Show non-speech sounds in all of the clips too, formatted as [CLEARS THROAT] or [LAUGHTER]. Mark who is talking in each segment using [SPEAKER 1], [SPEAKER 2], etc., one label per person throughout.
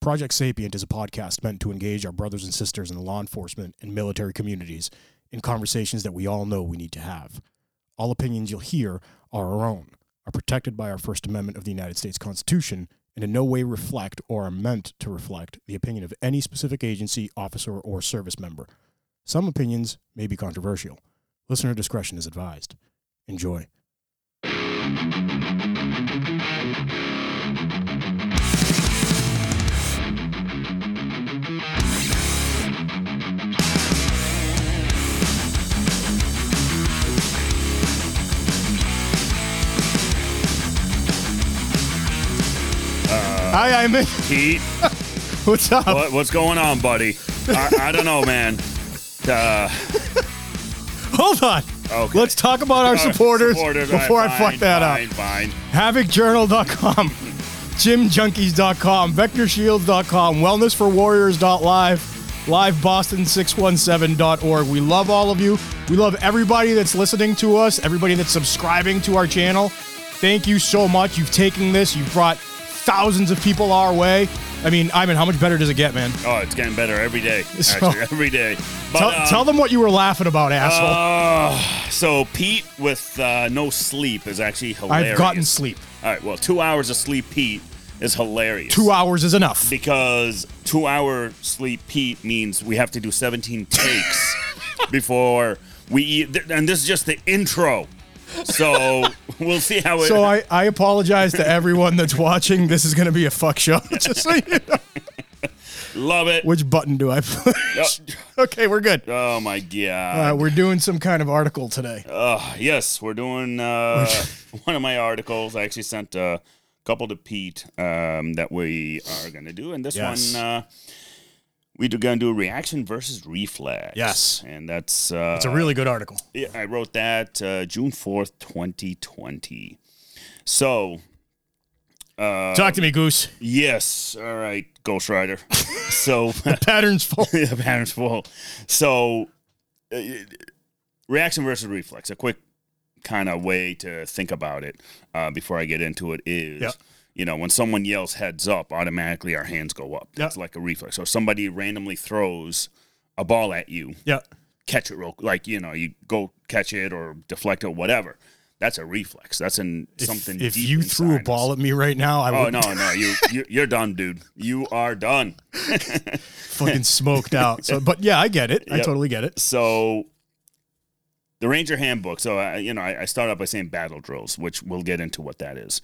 [SPEAKER 1] Project Sapient is a podcast meant to engage our brothers and sisters in the law enforcement and military communities in conversations that we all know we need to have. All opinions you'll hear are our own, are protected by our First Amendment of the United States Constitution, and in no way reflect or are meant to reflect the opinion of any specific agency, officer, or service member. Some opinions may be controversial. Listener discretion is advised. Enjoy. Hi, I'm in. [LAUGHS]
[SPEAKER 2] Pete,
[SPEAKER 1] What's up?
[SPEAKER 2] what, what's going on, buddy? I, I don't know, man. Uh,
[SPEAKER 1] Hold on.
[SPEAKER 2] Okay.
[SPEAKER 1] Let's talk about [LAUGHS] our
[SPEAKER 2] uh,
[SPEAKER 1] supporters,
[SPEAKER 2] all right,
[SPEAKER 1] before I
[SPEAKER 2] fine,
[SPEAKER 1] fuck that up.
[SPEAKER 2] fine, Fine,
[SPEAKER 1] HavocJournal.com, JimJunkies.com, VectorShields.com, WellnessForWarriors.live, LiveBoston617.org. We love all of you. We love everybody that's listening to us, everybody that's subscribing to our channel. Thank you so much. You've taken this, you've brought thousands of people our way. I mean, Ivan, how much better does it get, man?
[SPEAKER 2] Oh, it's getting better every
[SPEAKER 1] [LAUGHS]
[SPEAKER 2] day.
[SPEAKER 1] So-
[SPEAKER 2] Actually, every day. But,
[SPEAKER 1] Tell,
[SPEAKER 2] um,
[SPEAKER 1] tell them what you were laughing about,
[SPEAKER 2] Oh,
[SPEAKER 1] asshole.
[SPEAKER 2] uh, so Pete with uh, no sleep is actually hilarious.
[SPEAKER 1] I've gotten sleep.
[SPEAKER 2] All right, well, two hours of sleep, Pete, is hilarious.
[SPEAKER 1] Two hours is enough.
[SPEAKER 2] [LAUGHS] because two hour sleep Pete means we have to do
[SPEAKER 1] [LAUGHS]
[SPEAKER 2] 17 takes before we eat. th- And this is just the intro. So
[SPEAKER 1] [LAUGHS]
[SPEAKER 2] we'll see how it.
[SPEAKER 1] So I, I apologize to everyone that's watching. This is going to be a fuck show. [LAUGHS] Just so you know.
[SPEAKER 2] love it.
[SPEAKER 1] Which button do I push?
[SPEAKER 2] Yep.
[SPEAKER 1] [LAUGHS] Okay, we're good.
[SPEAKER 2] Oh my god.
[SPEAKER 1] Uh, we're doing some kind of article today.
[SPEAKER 2] Ugh, yes, we're
[SPEAKER 1] [LAUGHS]
[SPEAKER 2] doing uh, one of my articles. I actually sent a couple to Pete um, that we are going to do, and this
[SPEAKER 1] Yes.
[SPEAKER 2] one uh, we do going to do reaction versus reflex.
[SPEAKER 1] Yes.
[SPEAKER 2] and that's uh,
[SPEAKER 1] It's a really good article.
[SPEAKER 2] yeah, I wrote that uh, June fourth, twenty twenty. So uh,
[SPEAKER 1] Talk to me,
[SPEAKER 2] [LAUGHS]
[SPEAKER 1] Goose.
[SPEAKER 2] yes, all right, Ghost Rider. [LAUGHS]
[SPEAKER 1] [LAUGHS]
[SPEAKER 2] so
[SPEAKER 1] Patterns full.
[SPEAKER 2] [LAUGHS] yeah, patterns full. So, uh, reaction versus reflex. A quick kind of way to think about it uh, before I get into it is,
[SPEAKER 1] Yeah.
[SPEAKER 2] you know, when someone yells heads up, automatically our hands go up. That's like a reflex. Or somebody randomly throws a ball at you,
[SPEAKER 1] Yeah.
[SPEAKER 2] catch it real, like you know, you go catch it or deflect it, whatever. That's a reflex. That's in
[SPEAKER 1] If,
[SPEAKER 2] something.
[SPEAKER 1] if
[SPEAKER 2] deep
[SPEAKER 1] you threw a
[SPEAKER 2] inside us.
[SPEAKER 1] ball at me right now, I
[SPEAKER 2] Oh
[SPEAKER 1] would
[SPEAKER 2] no, no, you, you you're done, dude. You are done.
[SPEAKER 1] [LAUGHS] fucking
[SPEAKER 2] [LAUGHS]
[SPEAKER 1] smoked out. So, but yeah, I get it. I
[SPEAKER 2] Yep.
[SPEAKER 1] totally get it.
[SPEAKER 2] so the ranger handbook so I, you know I, I start out by saying battle drills which we'll get into what that is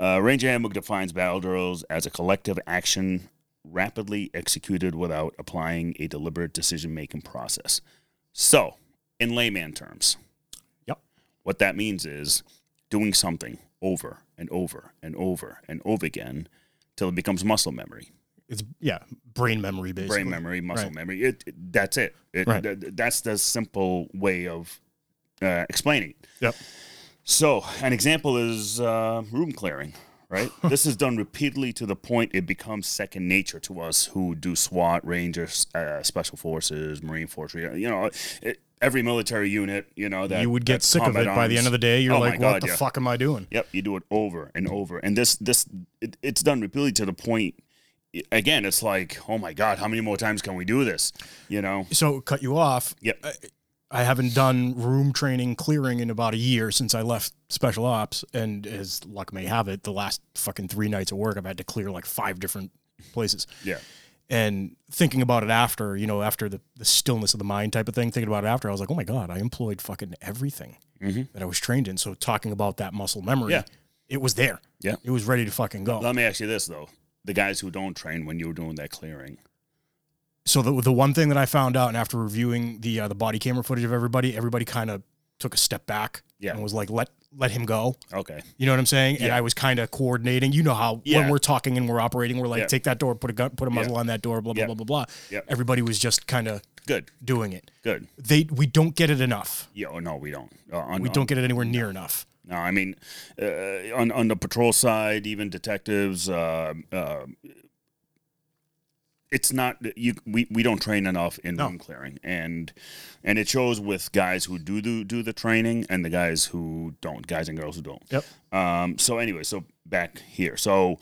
[SPEAKER 2] uh, ranger handbook defines battle drills as a collective action rapidly executed without applying a deliberate decision making process so in layman terms
[SPEAKER 1] Yep.
[SPEAKER 2] what that means is doing something over and over and over and over again till it becomes muscle memory
[SPEAKER 1] It's yeah, brain memory basically.
[SPEAKER 2] brain memory, muscle
[SPEAKER 1] Right.
[SPEAKER 2] memory. It, it- that's it. It-
[SPEAKER 1] Right.
[SPEAKER 2] th- th- that's the simple way of uh, explaining. it.
[SPEAKER 1] Yep.
[SPEAKER 2] So an example is uh, room clearing.
[SPEAKER 1] [LAUGHS]
[SPEAKER 2] Right. this is done repeatedly to the point it becomes second nature to us who do SWAT, Rangers, uh, Special Forces, Marine Force. You know, it, every military unit. You know that
[SPEAKER 1] You would get
[SPEAKER 2] that
[SPEAKER 1] sick of it
[SPEAKER 2] combat
[SPEAKER 1] by the
[SPEAKER 2] arms-
[SPEAKER 1] end of the day. You're
[SPEAKER 2] Oh my
[SPEAKER 1] like, what
[SPEAKER 2] God,
[SPEAKER 1] the
[SPEAKER 2] yeah.
[SPEAKER 1] fuck am I doing?
[SPEAKER 2] Yep, you do it over and over, and this this it, it's done repeatedly to the point. i- Again, it's like, oh my god, how many more times can we do this? You know.
[SPEAKER 1] So cut you off.
[SPEAKER 2] Yep.
[SPEAKER 1] I haven't done room training clearing in about a year since I left special ops. And as luck may have it, the last fucking three nights of work, I've had to clear like five different places.
[SPEAKER 2] Yeah.
[SPEAKER 1] And thinking about it after, you know, after the, the stillness of the mind type of thing, thinking about it after, I was like, oh my God, I employed fucking everything that I was trained in. So talking about that muscle memory,
[SPEAKER 2] Yeah.
[SPEAKER 1] it was there.
[SPEAKER 2] Yeah.
[SPEAKER 1] It was ready to fucking go.
[SPEAKER 2] Let me ask you this though: the guys who don't train when you were doing that clearing,
[SPEAKER 1] So the, the one thing that I found out and after reviewing the, uh, the body camera footage of everybody, everybody kind of took a step back
[SPEAKER 2] Yeah.
[SPEAKER 1] and was like, let, let him go.
[SPEAKER 2] okay,
[SPEAKER 1] You know what I'm saying? And
[SPEAKER 2] Yeah.
[SPEAKER 1] I was kind of coordinating. You know how when
[SPEAKER 2] Yeah.
[SPEAKER 1] we're talking and we're operating, we're like,
[SPEAKER 2] Yeah.
[SPEAKER 1] take that door, put a gun, put a muzzle on that door, blah blah
[SPEAKER 2] Yeah.
[SPEAKER 1] blah blah blah.
[SPEAKER 2] Yeah.
[SPEAKER 1] Everybody was just kind of
[SPEAKER 2] good,
[SPEAKER 1] doing it.
[SPEAKER 2] good.
[SPEAKER 1] They we don't get it enough.
[SPEAKER 2] Yeah, oh, no, we don't. Uh, on,
[SPEAKER 1] We don't get it anywhere near enough.
[SPEAKER 2] No, I mean, uh, on on the patrol side, even detectives, uh, uh, it's not you. We, we don't train enough in room clearing, and and it shows with guys who do do, do the training and the guys who don't, guys and girls who don't.
[SPEAKER 1] Yep.
[SPEAKER 2] Um. So anyway, so back here, so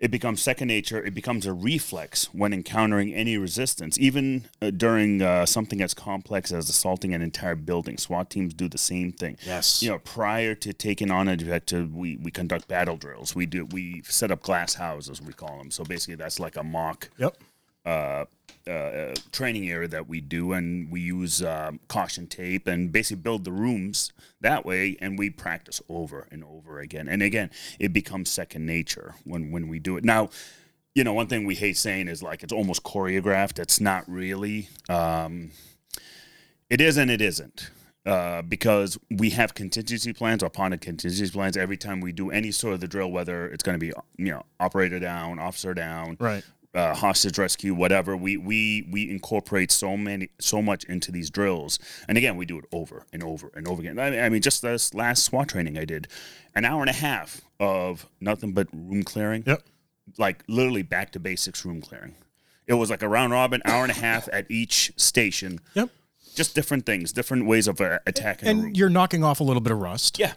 [SPEAKER 2] It becomes second nature. It becomes a reflex when encountering any resistance, even uh, during uh, something as complex as assaulting an entire building. SWAT teams do the same thing.
[SPEAKER 1] Yes.
[SPEAKER 2] You know, prior to taking on an objective, we, we conduct battle drills. We do we set up glass houses, we call them. So basically, that's like a mock
[SPEAKER 1] Yep.
[SPEAKER 2] uh, uh, training area that we do, and we use um, caution tape and basically build the rooms that way, and we practice over and over again. And again, it becomes second nature when when we do it. Now, you know, one thing we hate saying is like it's almost choreographed. It's not really. Um, it is and it isn't. Uh, because we have contingency plans upon a contingency plans every time we do any sort of the drill, whether it's going to be you know operator down, officer down,
[SPEAKER 1] Right.
[SPEAKER 2] uh, hostage rescue, whatever. We we we incorporate so many so much into these drills, and again, we do it over and over and over again. I mean, I mean, just this last SWAT training I did, an hour and a half of nothing but room clearing,
[SPEAKER 1] Yep.
[SPEAKER 2] like literally back to basics room clearing. It was like a round robin, hour and a half at each station,
[SPEAKER 1] Yep.
[SPEAKER 2] just different things, different ways of uh, attacking a room.
[SPEAKER 1] And you're knocking off a little bit of rust
[SPEAKER 2] Yeah.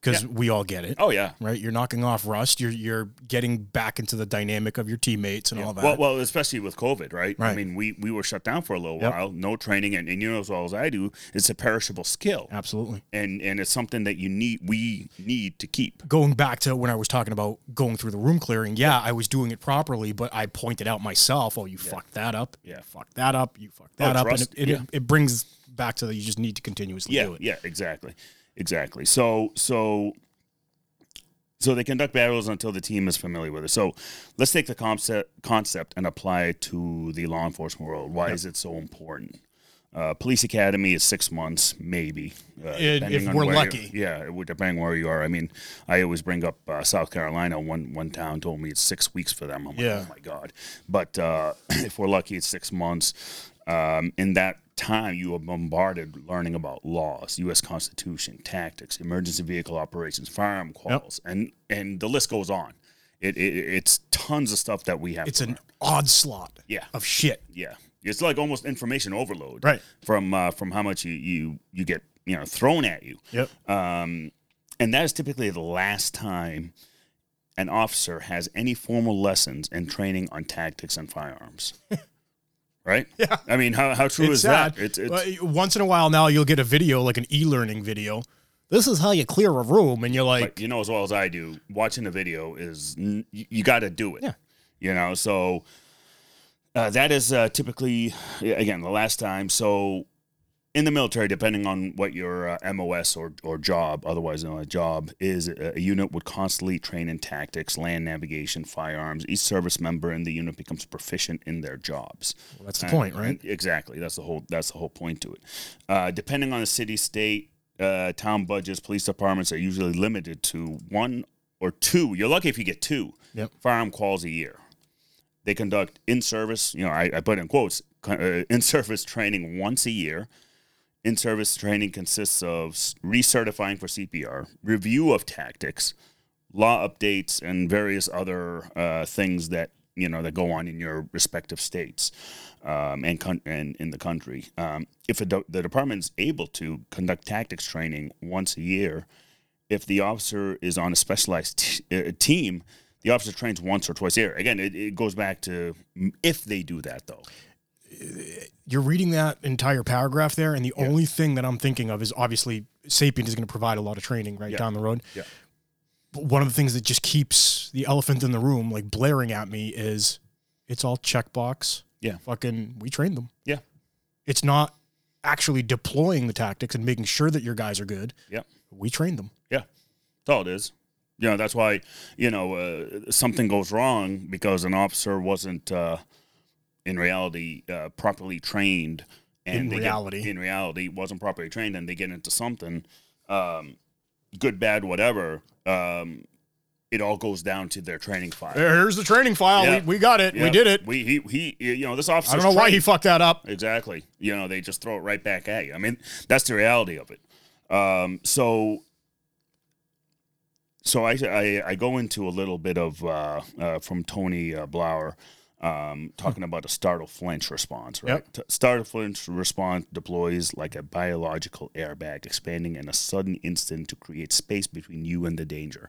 [SPEAKER 1] because we all get it.
[SPEAKER 2] Oh yeah.
[SPEAKER 1] Right, you're knocking off rust. You're you're getting back into the dynamic of your teammates and all that.
[SPEAKER 2] Well, well, especially with COVID, right? I
[SPEAKER 1] Right.
[SPEAKER 2] mean, we, we were shut down for a little
[SPEAKER 1] Yep.
[SPEAKER 2] while, no training, and, and you know as well as I do, it's a perishable skill.
[SPEAKER 1] Absolutely.
[SPEAKER 2] and and it's something that you need we need to keep
[SPEAKER 1] going back to when I was talking about going through the room clearing, yeah, I was doing it properly, but I pointed out myself, oh, you fucked that up.
[SPEAKER 2] Yeah. Oh,
[SPEAKER 1] You fucked that up. You fucked that up.
[SPEAKER 2] trust-
[SPEAKER 1] And it, it,
[SPEAKER 2] yeah.
[SPEAKER 1] it brings back to the, you just need to continuously
[SPEAKER 2] yeah
[SPEAKER 1] do it.
[SPEAKER 2] yeah exactly exactly so so so they conduct battles until the team is familiar with it so let's take the concept concept and apply it to the law enforcement world why is it so important uh, police academy is six months, maybe. Uh,
[SPEAKER 1] If-
[SPEAKER 2] depending
[SPEAKER 1] if
[SPEAKER 2] on
[SPEAKER 1] we're
[SPEAKER 2] where
[SPEAKER 1] lucky.
[SPEAKER 2] you- yeah, it would depend where you are. I mean, I always bring up uh, South Carolina. One one town told me it's six weeks for them. I'm like,
[SPEAKER 1] Yeah.
[SPEAKER 2] oh my god. But uh, [CLEARS THROAT] if we're lucky, it's six months. Um, in that time, you are bombarded learning about laws, U.S. Constitution, tactics, emergency vehicle operations, firearm calls, and and the list goes on. It, it it's tons of stuff that we have.
[SPEAKER 1] It's
[SPEAKER 2] to
[SPEAKER 1] an
[SPEAKER 2] learn.
[SPEAKER 1] odd slot
[SPEAKER 2] Yeah.
[SPEAKER 1] of shit.
[SPEAKER 2] yeah. It's like almost information overload,
[SPEAKER 1] Right.
[SPEAKER 2] From uh, from how much you you you get you know thrown at you.
[SPEAKER 1] Yep.
[SPEAKER 2] Um, and that is typically the last time an officer has any formal lessons and training on tactics and firearms.
[SPEAKER 1] [LAUGHS]
[SPEAKER 2] right?
[SPEAKER 1] Yeah.
[SPEAKER 2] I mean, how, how true
[SPEAKER 1] It's
[SPEAKER 2] is
[SPEAKER 1] sad.
[SPEAKER 2] that? It's, it's,
[SPEAKER 1] But once in a while now, you'll get a video, like an e learning video. This is how you clear a room. And you're like,
[SPEAKER 2] but you know as well as I do, watching a video is n- you, you got to do it.
[SPEAKER 1] Yeah.
[SPEAKER 2] You know, so uh, that is uh, typically yeah, again the last time. So in the military, depending on what your uh, MOS or or job, otherwise known as job, is, uh, a, a unit would constantly train in tactics, land navigation, firearms. Each service member in the unit becomes proficient in their jobs.
[SPEAKER 1] well, that's the
[SPEAKER 2] And-
[SPEAKER 1] point, right?
[SPEAKER 2] and- exactly. That's the whole. That's the whole point to it. Uh, depending on the city, state, uh, town budgets, police departments are usually limited to one or two. You're lucky if you get two
[SPEAKER 1] Yep.
[SPEAKER 2] firearm calls a year. They conduct in-service. You know, I, I put in quotes [LAUGHS] co- uh, in-service training once a year. In-service training consists of s- recertifying for CPR, review of tactics, law updates and various other uh, things that you know that go on in your respective states um, and con- and in the country. Um, if a de- the department's able to conduct tactics training once a year, if the officer is on a specialized t- uh, team, the officer trains once or twice a year. Again, it, it goes back to mm, if they do that though.
[SPEAKER 1] you're reading that entire paragraph there, and the only thing that I'm thinking of is obviously Sapient is going to provide a lot of training right
[SPEAKER 2] Yeah.
[SPEAKER 1] down the road.
[SPEAKER 2] Yeah.
[SPEAKER 1] But one of the things that just keeps the elephant in the room like blaring at me is it's all checkbox.
[SPEAKER 2] Yeah.
[SPEAKER 1] Fucking, we trained them.
[SPEAKER 2] Yeah.
[SPEAKER 1] It's not actually deploying the tactics and making sure that your guys are good.
[SPEAKER 2] Yeah.
[SPEAKER 1] We trained them.
[SPEAKER 2] That's all it is. You know, that's why you know uh, something goes wrong because an officer wasn't, uh, in reality, uh, properly trained.
[SPEAKER 1] In
[SPEAKER 2] they get-
[SPEAKER 1] reality.
[SPEAKER 2] in reality, wasn't properly trained, and they get into something, um, good, bad, whatever. Um, it all goes down to their training file.
[SPEAKER 1] Here's the training file.
[SPEAKER 2] Yeah.
[SPEAKER 1] We, we got it.
[SPEAKER 2] Yeah,
[SPEAKER 1] We did it.
[SPEAKER 2] We he, he you know this officer.
[SPEAKER 1] I don't know why he fucked that up.
[SPEAKER 2] Exactly. You know, they just throw it right back at you. I mean, that's the reality of it. Um, so, so I, I I go into a little bit of uh, uh, from Tony uh, Blauer um, talking about a startle flinch response. Right,
[SPEAKER 1] Yep.
[SPEAKER 2] T- startle flinch response deploys like a biological airbag, expanding in a sudden instant to create space between you and the danger.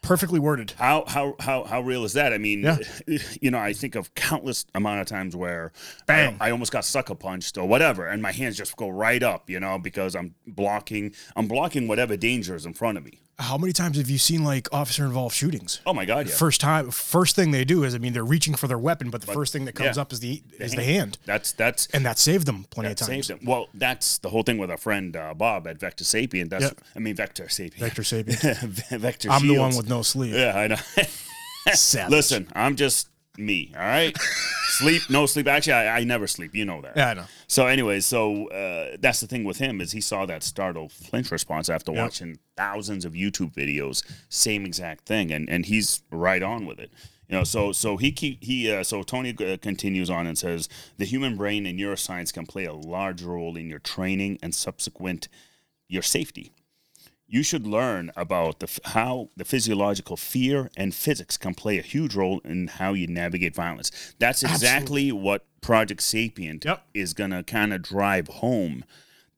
[SPEAKER 1] Perfectly worded.
[SPEAKER 2] how how how how real is that? I mean,
[SPEAKER 1] Yeah.
[SPEAKER 2] [LAUGHS] you know, I think of countless amount of times where
[SPEAKER 1] Bang.
[SPEAKER 2] I, I almost got sucker punched or whatever, and my hands just go right up, you know, because I'm blocking I'm blocking whatever danger is in front of me.
[SPEAKER 1] How many times have you seen like officer involved shootings?
[SPEAKER 2] Oh my god, yeah.
[SPEAKER 1] First time, first thing they do is, I mean, they're reaching for their weapon, but the first thing that comes
[SPEAKER 2] yeah.
[SPEAKER 1] up is the is the hand,
[SPEAKER 2] that's that's
[SPEAKER 1] and that saved them plenty of
[SPEAKER 2] saves
[SPEAKER 1] times.
[SPEAKER 2] them. Well, that's the whole thing with our friend uh, Bob at Vector Sapien. That's
[SPEAKER 1] Yeah.
[SPEAKER 2] I mean Vector
[SPEAKER 1] [LAUGHS]
[SPEAKER 2] Sapien.
[SPEAKER 1] Vector
[SPEAKER 2] [LAUGHS]
[SPEAKER 1] Sapien.
[SPEAKER 2] Vector
[SPEAKER 1] I'm the one
[SPEAKER 2] Shields.
[SPEAKER 1] with no sleep.
[SPEAKER 2] [LAUGHS] Yeah, I know.
[SPEAKER 1] Savage.
[SPEAKER 2] Listen, I'm just me,
[SPEAKER 1] [LAUGHS]
[SPEAKER 2] all right? sleep, no sleep. Actually, I, I never sleep. You know that.
[SPEAKER 1] Yeah, I know.
[SPEAKER 2] So, anyways, so uh, that's the thing with him is he saw that startled flinch response after watching thousands of YouTube videos, same exact thing, and and he's right on with it. You know, so so he keep, he uh, so Tony uh, continues on and says the human brain and neuroscience can play a large role in your training and subsequent your safety you should learn about the, f- how the physiological fear and physics can play a huge role in how you navigate violence. That's exactly what Project Sapient
[SPEAKER 1] Yep.
[SPEAKER 2] is going to kind of drive home.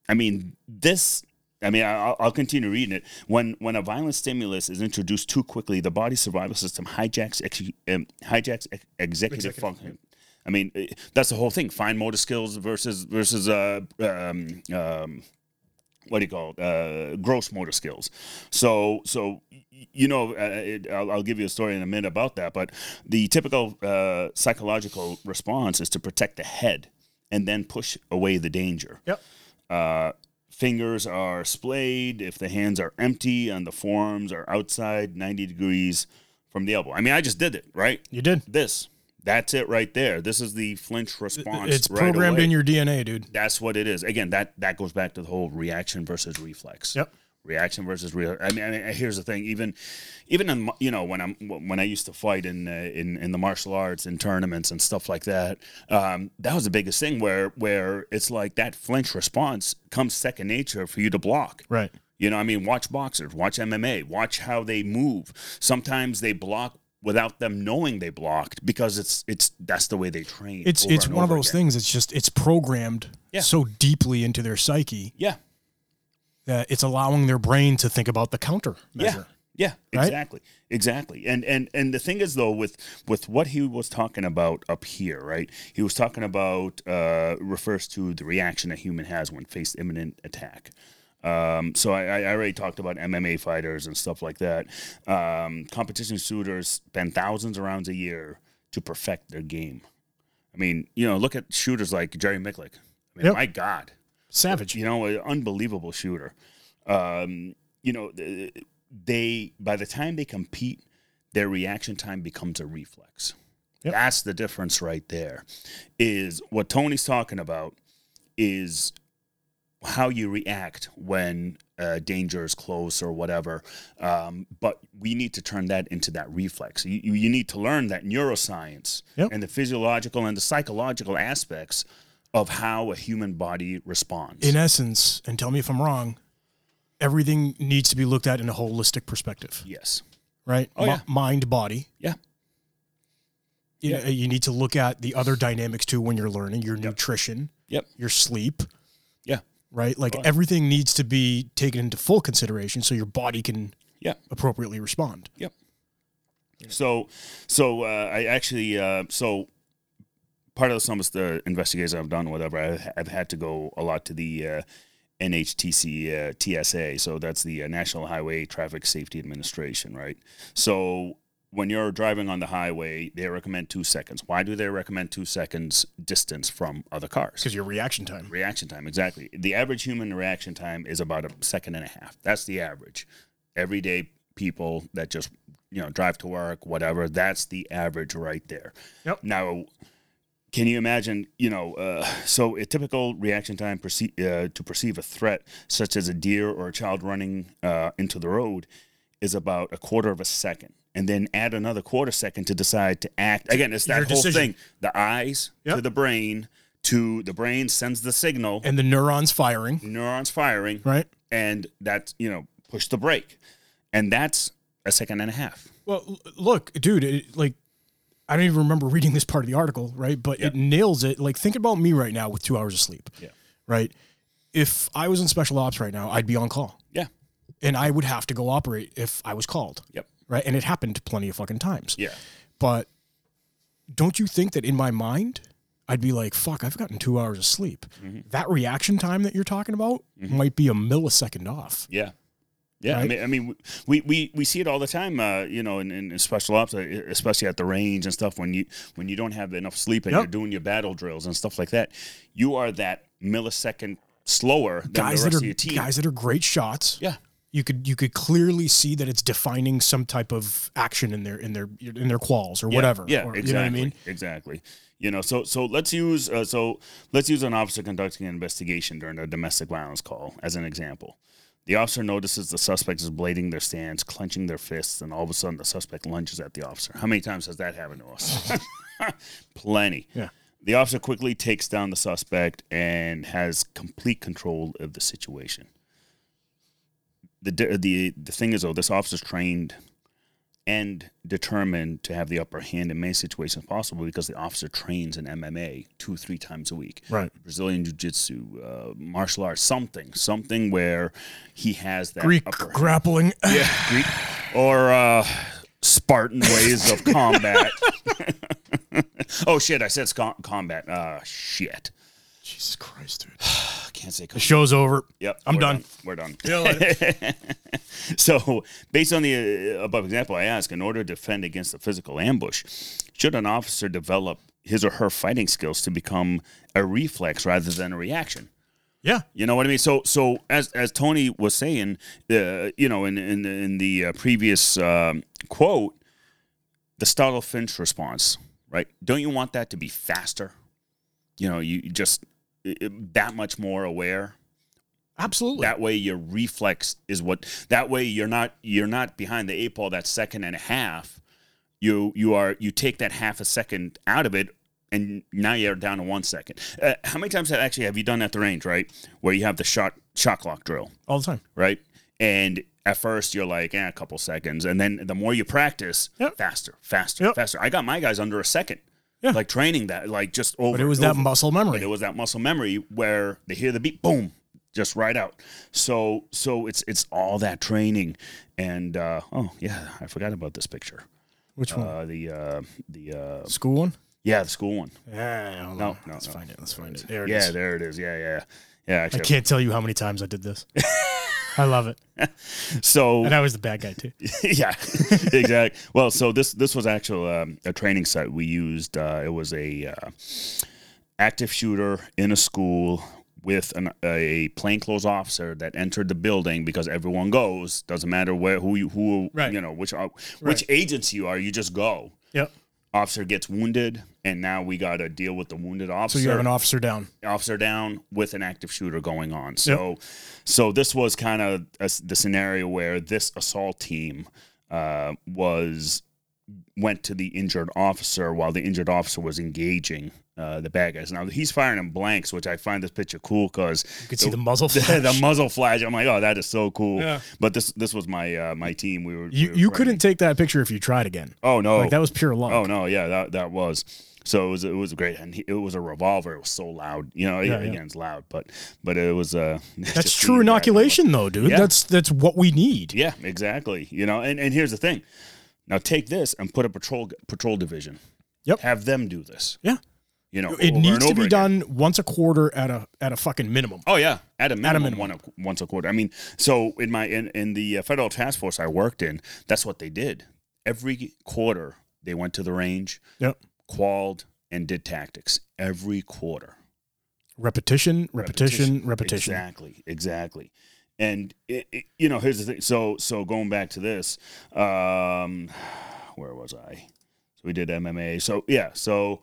[SPEAKER 2] I mean, this. I mean, I- I'll, I'll continue reading it. When when a violent stimulus is introduced too quickly, the body's survival system hijacks ex- um, hijacks ex- executive, function. I mean, eh, that's the whole thing. Fine motor skills versus versus uh, um, um, what do you call it? Uh, gross motor skills. So, so y- you know, uh, it, I'll, I'll give you a story in a minute about that. But the typical uh, psychological response is to protect the head and then push away the danger.
[SPEAKER 1] Yep.
[SPEAKER 2] Uh, fingers are splayed if the hands are empty and the forearms are outside 90 degrees from the elbow. I mean, I just did it right.
[SPEAKER 1] You did.
[SPEAKER 2] This. That's it right there. This is the flinch response.
[SPEAKER 1] It's
[SPEAKER 2] right
[SPEAKER 1] programmed
[SPEAKER 2] away.
[SPEAKER 1] in your DNA, dude.
[SPEAKER 2] That's what it is. Again, that that goes back to the whole reaction versus reflex.
[SPEAKER 1] Yep.
[SPEAKER 2] Reaction versus real. I mean, I mean, here's the thing. Even, even in, you know when I'm when I used to fight in uh, in in the martial arts and tournaments and stuff like that, um, that was the biggest thing where where it's like that flinch response comes second nature for you to block.
[SPEAKER 1] Right.
[SPEAKER 2] You know, I mean, watch boxers, watch MMA, watch how they move. Sometimes they block without them knowing they blocked because it's it's that's the way they train.
[SPEAKER 1] It's
[SPEAKER 2] over
[SPEAKER 1] it's
[SPEAKER 2] and
[SPEAKER 1] one of
[SPEAKER 2] over
[SPEAKER 1] those
[SPEAKER 2] again.
[SPEAKER 1] things. It's just it's programmed
[SPEAKER 2] Yeah.
[SPEAKER 1] so deeply into their psyche
[SPEAKER 2] Yeah.
[SPEAKER 1] that it's allowing their brain to think about the counter measure.
[SPEAKER 2] Yeah, yeah,
[SPEAKER 1] Right?
[SPEAKER 2] exactly, exactly. And and and the thing is though, with with what he was talking about up here, right? He was talking about uh, refers to the reaction a human has when faced imminent attack. Um, so I, I I already talked about MMA fighters and stuff like that. Um, competition shooters spend thousands of rounds a year to perfect their game. I mean, you know, look at shooters like Jerry Micklick. I mean,
[SPEAKER 1] Yep.
[SPEAKER 2] my God,
[SPEAKER 1] Savage.
[SPEAKER 2] you know, an unbelievable shooter. Um, you know, th- they by the time they compete, their reaction time becomes a reflex.
[SPEAKER 1] Yep.
[SPEAKER 2] That's the difference right there. Is what Tony's talking about is how you react when uh, danger is close or whatever. Um, but we need to turn that into that reflex. You, you you need to learn that neuroscience
[SPEAKER 1] Yep.
[SPEAKER 2] and the physiological and the psychological aspects of how a human body responds.
[SPEAKER 1] In essence, and tell me if I'm wrong, everything needs to be looked at in a holistic perspective,
[SPEAKER 2] yes.
[SPEAKER 1] right?
[SPEAKER 2] Oh, yeah.
[SPEAKER 1] Mind body.
[SPEAKER 2] Yeah.
[SPEAKER 1] You,
[SPEAKER 2] Yeah.
[SPEAKER 1] know, you need to look at the other dynamics too when you're learning your nutrition,
[SPEAKER 2] Yep.
[SPEAKER 1] your sleep,
[SPEAKER 2] Yeah.
[SPEAKER 1] right? Like
[SPEAKER 2] Right.
[SPEAKER 1] everything needs to be taken into full consideration so your body can
[SPEAKER 2] Yeah.
[SPEAKER 1] appropriately respond.
[SPEAKER 2] So, so uh, I actually uh, so part of some of the investigations I've done, whatever, I, I've had to go a lot to the uh, NHTC uh, TSA. So that's the uh, National Highway Traffic Safety Administration, right? So when you're driving on the highway, they recommend two seconds. Why do they recommend two seconds distance from other cars?
[SPEAKER 1] Because your reaction time.
[SPEAKER 2] Reaction time, exactly. The average human reaction time is about a second and a half. That's the average. Everyday people that just you know drive to work, whatever. That's the average right there.
[SPEAKER 1] Yep.
[SPEAKER 2] Now, can you imagine? You know, uh, so a typical reaction time perce- uh, to perceive a threat, such as a deer or a child running uh, into the road, is about a quarter of a second. And then add another quarter second to decide to act. Again, it's that
[SPEAKER 1] Your
[SPEAKER 2] whole
[SPEAKER 1] decision.
[SPEAKER 2] thing: the eyes to
[SPEAKER 1] Yep.
[SPEAKER 2] the brain, to the brain sends the signal,
[SPEAKER 1] And the neurons firing,
[SPEAKER 2] neurons firing,
[SPEAKER 1] right?
[SPEAKER 2] and that's you know push the brake, and that's a second and a half.
[SPEAKER 1] Well, l- look, dude, it, like I don't even remember reading this part of the article, right? But it nails it. Like think about me right now with 2 hours of sleep.
[SPEAKER 2] Yeah.
[SPEAKER 1] Right? If I was in special ops right now, I'd be on call
[SPEAKER 2] Yeah.
[SPEAKER 1] and I would have to go operate if I was called.
[SPEAKER 2] Yep.
[SPEAKER 1] right? And it happened plenty of fucking times.
[SPEAKER 2] Yeah.
[SPEAKER 1] But don't you think that in my mind, I'd be like, fuck, I've gotten two hours of sleep.
[SPEAKER 2] Mm-hmm.
[SPEAKER 1] That reaction time that you're talking about might be a millisecond off.
[SPEAKER 2] Yeah. Yeah, I
[SPEAKER 1] Right?
[SPEAKER 2] mean, I mean, we, we, we see it all the time, uh, you know, in, in special ops, uh, especially at the range and stuff. When you when you don't have enough sleep and
[SPEAKER 1] Yep.
[SPEAKER 2] you're doing your battle drills and stuff like that, you are that millisecond slower than
[SPEAKER 1] Guys
[SPEAKER 2] the rest
[SPEAKER 1] that
[SPEAKER 2] of
[SPEAKER 1] are
[SPEAKER 2] your team.
[SPEAKER 1] guys that are great shots.
[SPEAKER 2] yeah,
[SPEAKER 1] You could you could clearly see that it's defining some type of action in their in their in their quals or
[SPEAKER 2] Yeah,
[SPEAKER 1] whatever.
[SPEAKER 2] Yeah,
[SPEAKER 1] or-
[SPEAKER 2] exactly.
[SPEAKER 1] You know what I mean?
[SPEAKER 2] Exactly. You know, so so let's use uh, so let's use an officer conducting an investigation during a domestic violence call as an example. The officer notices the suspect is blading their stands, clenching their fists, and all of a sudden the suspect lunges at the officer. How many times has that happened to us? [LAUGHS] Plenty.
[SPEAKER 1] Yeah.
[SPEAKER 2] The officer quickly takes down the suspect and has complete control of the situation. The de- the the thing is though, this officer's trained and determined to have the upper hand in many situations possible because the officer trains in MMA two three times a week.
[SPEAKER 1] Right.
[SPEAKER 2] Brazilian jiu-jitsu, uh, martial arts, something, something where he has that
[SPEAKER 1] Greek
[SPEAKER 2] upper [LAUGHS]
[SPEAKER 1] grappling.
[SPEAKER 2] yeah, Greek [SIGHS] or uh, Spartan ways of combat. [LAUGHS] oh shit! I said sco- combat. Uh, shit.
[SPEAKER 1] Jesus Christ, dude.
[SPEAKER 2] I can't say.
[SPEAKER 1] The
[SPEAKER 2] combat.
[SPEAKER 1] show's
[SPEAKER 2] [LAUGHS]
[SPEAKER 1] over.
[SPEAKER 2] Yep,
[SPEAKER 1] I'm
[SPEAKER 2] we're
[SPEAKER 1] done.
[SPEAKER 2] We're done.
[SPEAKER 1] Yeah, like-
[SPEAKER 2] [LAUGHS] So, based on the uh, above example, I ask: in order to defend against a physical ambush, should an officer develop his or her fighting skills to become a reflex rather than a reaction?
[SPEAKER 1] yeah.
[SPEAKER 2] You know what I mean? So, so as as Tony was saying, uh, you know, in in the, in the uh, previous um, quote, the startle Finch response, right? Don't you want that to be faster? You know, you you just i- i- that much more aware.
[SPEAKER 1] Absolutely.
[SPEAKER 2] That way, your reflex is what. That way, you're not you're not behind the eight ball that second and a half. You you are you take that half a second out of it, and now you're down to one second. Uh, how many times have, actually have you done at the range, right? Where you have the shot shot clock drill,
[SPEAKER 1] All the time.
[SPEAKER 2] right? And at first you're like, eh, a couple seconds, and then the more you practice,
[SPEAKER 1] Yep.
[SPEAKER 2] faster, faster,
[SPEAKER 1] Yep.
[SPEAKER 2] faster. I got my guys under a second.
[SPEAKER 1] Yeah.
[SPEAKER 2] Like training that, like just over.
[SPEAKER 1] But it was
[SPEAKER 2] and
[SPEAKER 1] that
[SPEAKER 2] over.
[SPEAKER 1] muscle memory.
[SPEAKER 2] But it was that muscle memory where they hear the beat, boom, just right out. So so it's it's all that training, and uh, oh yeah, I forgot about this picture.
[SPEAKER 1] Which one?
[SPEAKER 2] Uh, the uh, the uh,
[SPEAKER 1] School one?
[SPEAKER 2] yeah the school one.
[SPEAKER 1] Yeah. hold
[SPEAKER 2] No,
[SPEAKER 1] on.
[SPEAKER 2] no,
[SPEAKER 1] Let's
[SPEAKER 2] no.
[SPEAKER 1] find it. Let's find it. There it is.
[SPEAKER 2] yeah, there it is. Yeah, yeah, yeah.
[SPEAKER 1] I
[SPEAKER 2] Actually,
[SPEAKER 1] can't tell you how many times I did
[SPEAKER 2] [LAUGHS]
[SPEAKER 1] this. I love it.
[SPEAKER 2] so
[SPEAKER 1] And I was the bad guy too.
[SPEAKER 2] [LAUGHS]
[SPEAKER 1] [LAUGHS]
[SPEAKER 2] yeah, exactly. Well, so this this was actual um, a training site we used. Uh, it was a uh, active shooter in a school with an, a plainclothes officer that entered the building because everyone goes. Doesn't matter where who you who
[SPEAKER 1] Right.
[SPEAKER 2] you know which uh, which agency you are. You just go.
[SPEAKER 1] Yep.
[SPEAKER 2] Officer gets wounded, and now we got to deal with the wounded
[SPEAKER 1] So
[SPEAKER 2] officer
[SPEAKER 1] you have an officer down.
[SPEAKER 2] officer down with an active shooter going on. So, so this was kind of a s the scenario where this assault team uh, was went to the injured officer while the injured officer was engaging uh, the bad guys. Now he's firing in blanks, which I find this picture cool because
[SPEAKER 1] You could see the muzzle
[SPEAKER 2] [LAUGHS] the,
[SPEAKER 1] flash.
[SPEAKER 2] muzzle flash. I'm like, oh, that is so cool.
[SPEAKER 1] Yeah.
[SPEAKER 2] But this this was my uh, my team. We were we
[SPEAKER 1] you you
[SPEAKER 2] were training.
[SPEAKER 1] couldn't take that picture if you tried again.
[SPEAKER 2] Oh no,
[SPEAKER 1] Like that was pure luck.
[SPEAKER 2] Oh no, yeah, that that was. So it was it was great, and he, it was a revolver. It was so loud, you know.
[SPEAKER 1] Yeah, yeah.
[SPEAKER 2] again, it's loud, but but it was uh. [LAUGHS]
[SPEAKER 1] That's true inoculation though, dude.
[SPEAKER 2] Yeah.
[SPEAKER 1] That's that's what we need.
[SPEAKER 2] Yeah, exactly. You know, and and here's the thing. Now take this and put a patrol patrol division.
[SPEAKER 1] Yep.
[SPEAKER 2] Have them do this.
[SPEAKER 1] Yeah.
[SPEAKER 2] You know,
[SPEAKER 1] It
[SPEAKER 2] over and
[SPEAKER 1] needs to
[SPEAKER 2] over
[SPEAKER 1] be
[SPEAKER 2] again.
[SPEAKER 1] done once a quarter at a at a fucking minimum.
[SPEAKER 2] Oh yeah, at a minimum,
[SPEAKER 1] minimum.
[SPEAKER 2] One a, once a quarter. I mean, so in my in, in the uh, federal task force I worked in, that's what they did. Every quarter they went to the range,
[SPEAKER 1] Yep.
[SPEAKER 2] qualled, and did tactics every quarter.
[SPEAKER 1] Repetition, repetition, repetition.
[SPEAKER 2] Exactly, exactly. And it, it- you know, here's the thing. So so going back to this, um, where was I? So we did MMA. So yeah, so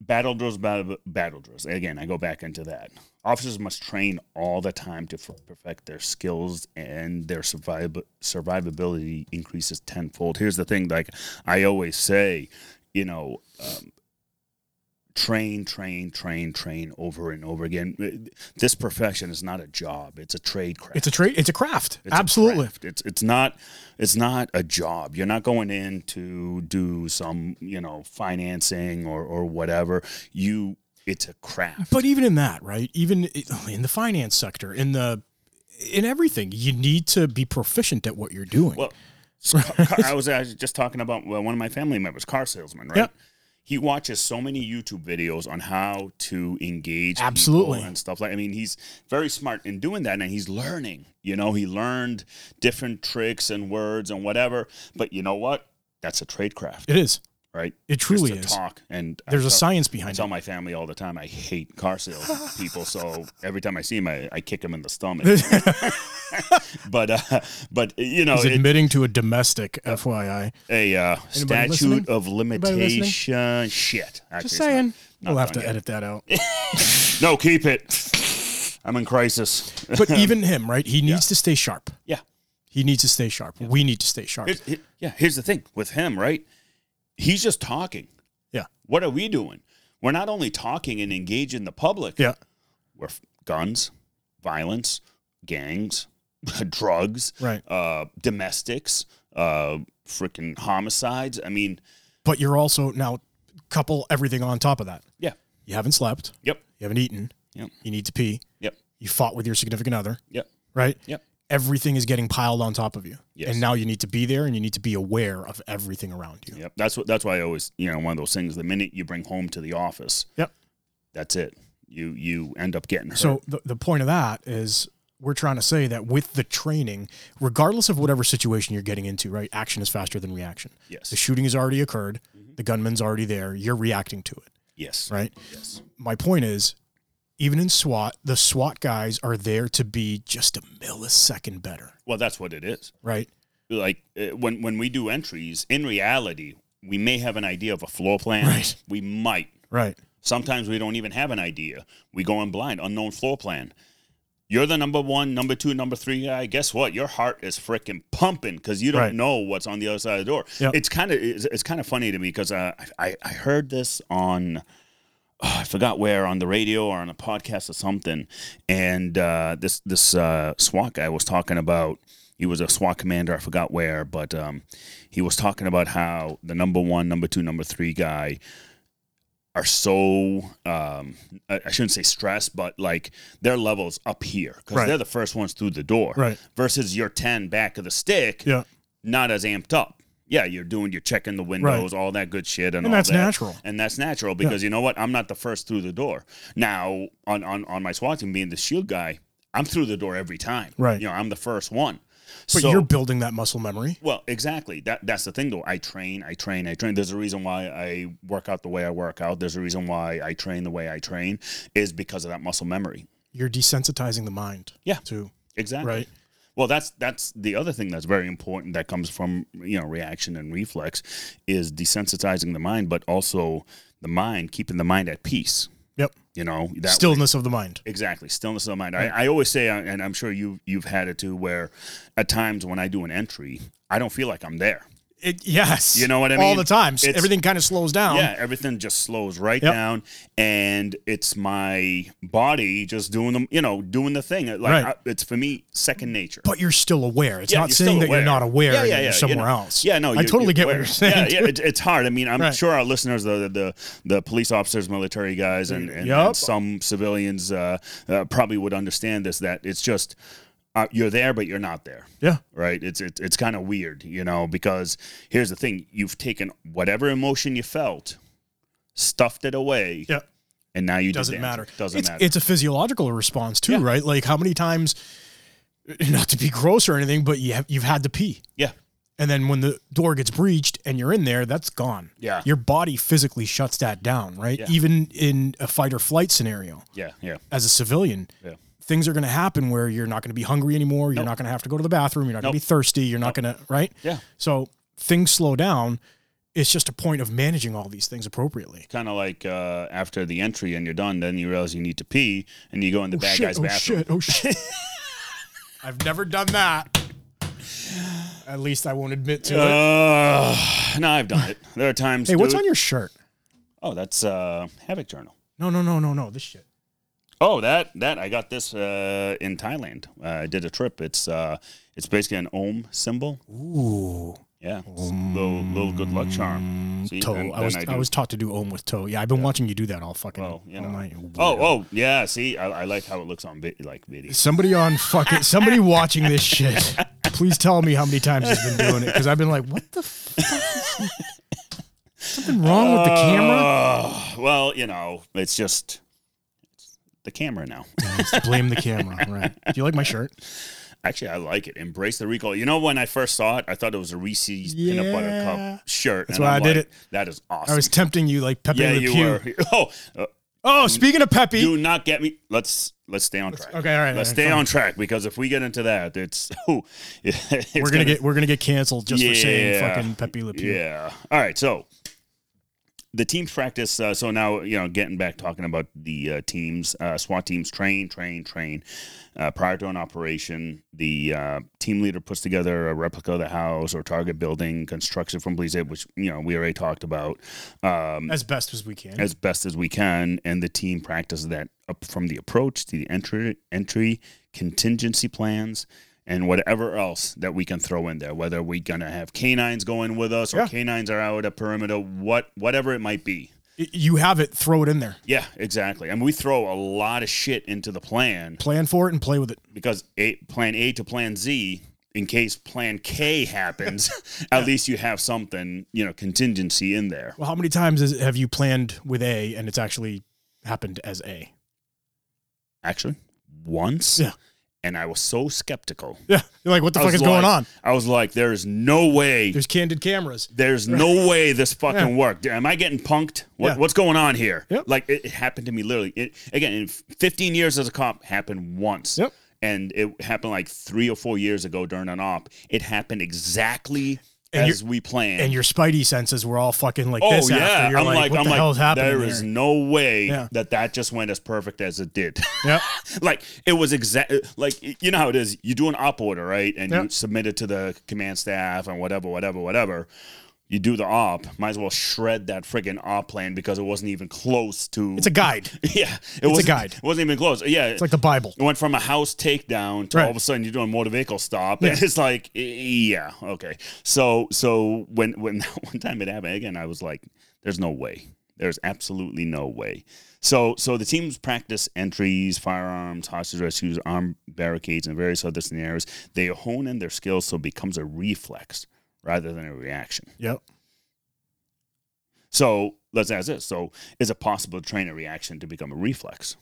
[SPEAKER 2] battle drills, battle, battle drills. Again, I go back into that. Officers must train all the time to f- perfect their skills, and their surviv- survivability increases tenfold. Here's the thing: like I always say, you know, um, train, train, train, train over and over again. This profession is not a job; it's a trade craft.
[SPEAKER 1] It's a trade it's a craft.
[SPEAKER 2] It's a
[SPEAKER 1] Absolutely.
[SPEAKER 2] craft. It's it's not it's not a job. You're not going in to do some you know financing or or whatever. You it's a craft.
[SPEAKER 1] But even in that, right? Even i- in the finance sector, in the in everything, you need to be proficient at what you're doing.
[SPEAKER 2] well, So, [LAUGHS] car- I was uh, just talking about well, one of my family members, car salesman, right?
[SPEAKER 1] Yeah.
[SPEAKER 2] He watches so many YouTube videos on how to engage people
[SPEAKER 1] Absolutely.
[SPEAKER 2] and stuff like. I mean, he's very smart in doing that, and he's learning. You know, he learned different tricks and words and whatever. But you know what? That's a trade craft,
[SPEAKER 1] It is.
[SPEAKER 2] right?
[SPEAKER 1] It truly
[SPEAKER 2] just
[SPEAKER 1] is.
[SPEAKER 2] to talk and I
[SPEAKER 1] There's a
[SPEAKER 2] tell-
[SPEAKER 1] science
[SPEAKER 2] I
[SPEAKER 1] behind
[SPEAKER 2] tell
[SPEAKER 1] it.
[SPEAKER 2] my family all the time I hate car
[SPEAKER 1] [LAUGHS]
[SPEAKER 2] sales people, so every time I see him, I, I kick him in the stomach. but uh, but you know,
[SPEAKER 1] He's
[SPEAKER 2] it,
[SPEAKER 1] admitting
[SPEAKER 2] [LAUGHS]
[SPEAKER 1] to a domestic, FYI.
[SPEAKER 2] a uh,
[SPEAKER 1] Anybody
[SPEAKER 2] statute
[SPEAKER 1] listening?
[SPEAKER 2] of
[SPEAKER 1] Anybody listening?
[SPEAKER 2] limitation. Shit. Actually,
[SPEAKER 1] Just
[SPEAKER 2] it's not-
[SPEAKER 1] saying.
[SPEAKER 2] not
[SPEAKER 1] we'll have
[SPEAKER 2] done
[SPEAKER 1] to
[SPEAKER 2] yet.
[SPEAKER 1] edit that
[SPEAKER 2] [LAUGHS]
[SPEAKER 1] out.
[SPEAKER 2] No, keep it. I'm in crisis.
[SPEAKER 1] But even him, right? He needs to stay sharp.
[SPEAKER 2] yeah.
[SPEAKER 1] He needs to stay sharp. We need to stay sharp.
[SPEAKER 2] Here's, here- yeah. Here's the thing with him, right? He's just talking.
[SPEAKER 1] yeah.
[SPEAKER 2] What are we doing? We're not only talking and engaging the public.
[SPEAKER 1] Yeah.
[SPEAKER 2] We're f- guns, violence, gangs, [LAUGHS] drugs,
[SPEAKER 1] Right.
[SPEAKER 2] uh, domestics, uh, freaking homicides. I mean,
[SPEAKER 1] But you're also now couple everything on top of that.
[SPEAKER 2] yeah.
[SPEAKER 1] You haven't slept.
[SPEAKER 2] Yep.
[SPEAKER 1] You haven't eaten.
[SPEAKER 2] Yep.
[SPEAKER 1] You need to pee.
[SPEAKER 2] Yep.
[SPEAKER 1] You fought with your significant other,
[SPEAKER 2] Yep.
[SPEAKER 1] right?
[SPEAKER 2] Yep.
[SPEAKER 1] Everything is getting piled on top of you.
[SPEAKER 2] Yes.
[SPEAKER 1] And now you need to be there and you need to be aware of everything around you.
[SPEAKER 2] Yep. That's what. That's why I always, you know, one of those things. The minute you bring home to the office,
[SPEAKER 1] Yep.
[SPEAKER 2] that's it. You you end up getting hurt.
[SPEAKER 1] So the, the point of that is we're trying to say that with the training, regardless of whatever situation you're getting into, right? Action is faster than reaction.
[SPEAKER 2] yes, Mm-hmm.
[SPEAKER 1] The shooting has already occurred. The gunman's already there. You're reacting to it,
[SPEAKER 2] yes,
[SPEAKER 1] right?
[SPEAKER 2] yes,
[SPEAKER 1] My point is, even in SWAT, the SWAT guys are there to be just a millisecond better,
[SPEAKER 2] Well, that's what it is.
[SPEAKER 1] right?
[SPEAKER 2] Like uh, when when we do entries, in reality, we may have an idea of a floor plan.
[SPEAKER 1] Right.
[SPEAKER 2] We might.
[SPEAKER 1] Right.
[SPEAKER 2] Sometimes we don't even have an idea. We go in blind, unknown floor plan. You're the number one, number two, number three guy. Guess what? Your heart is freaking pumping because you don't
[SPEAKER 1] Right.
[SPEAKER 2] know what's on the other side of the door.
[SPEAKER 1] Yep.
[SPEAKER 2] It's kind of it's, it's kind of funny to me because uh, I I- I heard this on oh, I forgot where on the radio or on a podcast or something, and uh, this this uh, SWAT guy was talking about. He was a SWAT commander. I forgot where, but um, he was talking about how the number one, number two, number three guy are so um, I, I shouldn't say stressed, but like their levels up here because
[SPEAKER 1] Right.
[SPEAKER 2] they're the first ones through the door.
[SPEAKER 1] Right.
[SPEAKER 2] Versus your ten back of the stick,
[SPEAKER 1] Yeah.
[SPEAKER 2] not as amped up. Yeah, you're doing, you're checking the windows, all that good shit,
[SPEAKER 1] And
[SPEAKER 2] and, all
[SPEAKER 1] that's
[SPEAKER 2] that.
[SPEAKER 1] natural.
[SPEAKER 2] and that's natural because you know what? I'm not the first through the door. Now, on on on my SWAT team, being the shield guy, I'm through the door every time.
[SPEAKER 1] Right.
[SPEAKER 2] You know, I'm the first one.
[SPEAKER 1] But you're building that muscle memory.
[SPEAKER 2] Well, exactly. That that's the thing though. I train, I train, I train. There's a reason why I work out the way I work out. There's a reason why I train the way I train is because of that muscle memory.
[SPEAKER 1] You're desensitizing the mind.
[SPEAKER 2] Yeah.
[SPEAKER 1] To
[SPEAKER 2] Exactly.
[SPEAKER 1] right.
[SPEAKER 2] Well, that's that's the other thing that's very important that comes from, you know, reaction and reflex is desensitizing the mind, but also the mind, keeping the mind at peace.
[SPEAKER 1] Yep.
[SPEAKER 2] You know, that
[SPEAKER 1] Stillness of the mind.
[SPEAKER 2] Exactly, stillness of mind. I, I always say, uh, and I'm sure you you've had it too, where at times when I do an entry, I don't feel like I'm there.
[SPEAKER 1] It, yes.
[SPEAKER 2] You know what I
[SPEAKER 1] All
[SPEAKER 2] mean?
[SPEAKER 1] the time.
[SPEAKER 2] It's-
[SPEAKER 1] Everything kind of slows down.
[SPEAKER 2] Yeah, everything just slows right
[SPEAKER 1] Um, Yep.
[SPEAKER 2] down, and it's my body just doing the you know doing the thing. Like
[SPEAKER 1] Right.
[SPEAKER 2] I, it's for me second nature.
[SPEAKER 1] But you're still aware. It's
[SPEAKER 2] Yeah,
[SPEAKER 1] not
[SPEAKER 2] you're
[SPEAKER 1] saying
[SPEAKER 2] still
[SPEAKER 1] that you're
[SPEAKER 2] aware.
[SPEAKER 1] not aware
[SPEAKER 2] Yeah,
[SPEAKER 1] and
[SPEAKER 2] yeah,
[SPEAKER 1] that
[SPEAKER 2] yeah,
[SPEAKER 1] you're
[SPEAKER 2] you
[SPEAKER 1] somewhere
[SPEAKER 2] know.
[SPEAKER 1] else.
[SPEAKER 2] Yeah, no,
[SPEAKER 1] I
[SPEAKER 2] you-
[SPEAKER 1] totally
[SPEAKER 2] you-
[SPEAKER 1] get what
[SPEAKER 2] where-
[SPEAKER 1] you're saying.
[SPEAKER 2] Yeah, yeah, it, it's hard. I mean, I'm
[SPEAKER 1] Right.
[SPEAKER 2] sure our listeners, the the the police officers, military guys, and, and,
[SPEAKER 1] Yup.
[SPEAKER 2] and some civilians uh, uh, probably would understand this. That it's just uh, you're there, but you're not there
[SPEAKER 1] [LAUGHS] Yeah.
[SPEAKER 2] right it's it's, it's kind of weird you know because here's the thing you've taken whatever emotion you felt stuffed it away
[SPEAKER 1] Yeah.
[SPEAKER 2] and now you
[SPEAKER 1] doesn't
[SPEAKER 2] did the
[SPEAKER 1] matter.
[SPEAKER 2] entry. doesn't
[SPEAKER 1] it's,
[SPEAKER 2] matter
[SPEAKER 1] It's a physiological response too,
[SPEAKER 2] Yeah.
[SPEAKER 1] right? Like how many times, [LAUGHS] not to be gross or anything, but you have you've had to pee,
[SPEAKER 2] yeah
[SPEAKER 1] and then when the door gets breached and you're in there, that's gone.
[SPEAKER 2] Yeah.
[SPEAKER 1] your body physically shuts that down, right?
[SPEAKER 2] Yeah.
[SPEAKER 1] Even in a fight or flight scenario,
[SPEAKER 2] yeah yeah
[SPEAKER 1] as a civilian.
[SPEAKER 2] Yeah.
[SPEAKER 1] Things are going to happen where you're not going to be hungry anymore. You're not going to have to go to the bathroom. You're not going to be thirsty. You're not going to, right?
[SPEAKER 2] yeah
[SPEAKER 1] So things slow down. It's just a point of managing all these things appropriately.
[SPEAKER 2] kind of like uh, after the entry and you're done then you realize you need to pee and you go in the bad
[SPEAKER 1] shit,
[SPEAKER 2] guy's
[SPEAKER 1] oh
[SPEAKER 2] bathroom
[SPEAKER 1] shit, oh shit. [LAUGHS] I've never done that. At least I won't admit to it.
[SPEAKER 2] Ugh. no i've done it there are times
[SPEAKER 1] Hey, what's
[SPEAKER 2] Uh, dude-
[SPEAKER 1] on your shirt?
[SPEAKER 2] oh that's uh havoc journal
[SPEAKER 1] No, no, no, no, no. This shit.
[SPEAKER 2] Oh, that that I got this uh, in Thailand. Uh, I did a trip. It's uh, it's basically an Om symbol.
[SPEAKER 1] Ooh.
[SPEAKER 2] Yeah, it's a little, little good luck charm. See,
[SPEAKER 1] Toe.
[SPEAKER 2] and
[SPEAKER 1] I was
[SPEAKER 2] then
[SPEAKER 1] I,
[SPEAKER 2] do-
[SPEAKER 1] was taught to do ohm with toe. Yeah, I've been watching you do that all fucking
[SPEAKER 2] Well, you
[SPEAKER 1] all
[SPEAKER 2] know.
[SPEAKER 1] night.
[SPEAKER 2] Oh, oh, yeah. See, I, I like how it looks on vi- like video. [LAUGHS]
[SPEAKER 1] Somebody on fucking somebody watching this shit Please tell me how many times he's been doing it because I've been like, what the fuck? is- Something wrong with the
[SPEAKER 2] Uh.
[SPEAKER 1] camera?
[SPEAKER 2] Oh, well, you know, it's just it's the camera now.
[SPEAKER 1] Just blame the camera, right? Do you like my shirt?
[SPEAKER 2] Actually, I like it. Embrace the recall. You know, when I first saw it, I thought it was a Reese's peanut butter
[SPEAKER 1] Yeah.
[SPEAKER 2] cup shirt.
[SPEAKER 1] That's
[SPEAKER 2] and
[SPEAKER 1] why
[SPEAKER 2] I'm
[SPEAKER 1] I did
[SPEAKER 2] like,
[SPEAKER 1] it.
[SPEAKER 2] That is awesome.
[SPEAKER 1] I was tempting you like Pepe
[SPEAKER 2] yeah,
[SPEAKER 1] Le
[SPEAKER 2] you
[SPEAKER 1] Pew.
[SPEAKER 2] were. [LAUGHS] Oh, uh,
[SPEAKER 1] Oh, speaking of Pepe,
[SPEAKER 2] do not get me. Let's let's stay on track.
[SPEAKER 1] okay, all right, all right,
[SPEAKER 2] Let's stay
[SPEAKER 1] fine.
[SPEAKER 2] on track because if we get into that, it's, [LAUGHS] oh, it's
[SPEAKER 1] we're gonna, get we're gonna get canceled just for saying
[SPEAKER 2] Yeah.
[SPEAKER 1] fucking Pepe Le Pew.
[SPEAKER 2] Yeah. All right. So the teams practice. Uh, so now you know, getting back talking about the uh, teams, uh, SWAT teams train, train, train. Uh, prior to an operation, the uh, team leader puts together a replica of the house or target building, constructs it from police aid, which you know we already talked about. Um,
[SPEAKER 1] As best as we can.
[SPEAKER 2] as best as we can, and the team practices that up from the approach to the entry, entry contingency plans, and whatever else that we can throw in there. Whether we're gonna have canines going with us, or
[SPEAKER 1] Yeah.
[SPEAKER 2] canines are out at perimeter, what whatever it might be.
[SPEAKER 1] Y- you have it, throw it in there.
[SPEAKER 2] Yeah, exactly. I mean, we throw a lot of shit into the plan
[SPEAKER 1] Plan for it and play with it.
[SPEAKER 2] because a, plan A to plan Z. In case
[SPEAKER 1] [LAUGHS]
[SPEAKER 2] Plan K happens, at least you have something, you know, contingency in there.
[SPEAKER 1] Well, how many times is, have you planned with A and it's actually happened as A? [LAUGHS]
[SPEAKER 2] Actually, once,
[SPEAKER 1] Yeah.
[SPEAKER 2] and I was so skeptical.
[SPEAKER 1] Yeah, you're like, what the
[SPEAKER 2] I
[SPEAKER 1] fuck is
[SPEAKER 2] was
[SPEAKER 1] going
[SPEAKER 2] like-
[SPEAKER 1] on?
[SPEAKER 2] I was like, there's no way.
[SPEAKER 1] There's candid cameras. [LAUGHS]
[SPEAKER 2] There's no way this fucking worked. Am I getting punked? What,
[SPEAKER 1] Yeah.
[SPEAKER 2] What's going on here?
[SPEAKER 1] Yep.
[SPEAKER 2] Like it, it happened to me literally. It, again, in 15 years as a cop, happened once.
[SPEAKER 1] Yep.
[SPEAKER 2] And it happened like three or four years ago during an op. It happened exactly
[SPEAKER 1] And
[SPEAKER 2] as we planned.
[SPEAKER 1] and your spidey senses were all fucking like
[SPEAKER 2] oh
[SPEAKER 1] this
[SPEAKER 2] yeah,
[SPEAKER 1] after. You're
[SPEAKER 2] I'm
[SPEAKER 1] like,
[SPEAKER 2] like,
[SPEAKER 1] what
[SPEAKER 2] I'm
[SPEAKER 1] the hell's
[SPEAKER 2] like,
[SPEAKER 1] happening
[SPEAKER 2] there
[SPEAKER 1] here?
[SPEAKER 2] is no way
[SPEAKER 1] Yeah.
[SPEAKER 2] that that just went as perfect as it did. [LAUGHS]
[SPEAKER 1] Yep.
[SPEAKER 2] like it was exact like you know how it is you do an op order right and you
[SPEAKER 1] Yep.
[SPEAKER 2] submit it to the command staff and whatever whatever whatever you do the op might as well shred that friggin' op plan because it wasn't even close to
[SPEAKER 1] It's a guide.
[SPEAKER 2] [LAUGHS] yeah it was
[SPEAKER 1] guide.
[SPEAKER 2] it wasn't even close yeah
[SPEAKER 1] It's like the Bible.
[SPEAKER 2] it went from a house takedown to
[SPEAKER 1] Right.
[SPEAKER 2] all of a sudden you're doing motor vehicle stop.
[SPEAKER 1] Yeah.
[SPEAKER 2] And [LAUGHS] it's like, eh, yeah, okay. So, so when when [LAUGHS] that one time it happened again, I was like, there's no way. There's absolutely no way. So, so the teams practice entries, firearms, hostage rescues, armed barricades, and various other scenarios. They hone in their skills so it becomes a reflex rather than a reaction.
[SPEAKER 1] Yep.
[SPEAKER 2] So let's ask this. So, is it possible to train a reaction to become a reflex?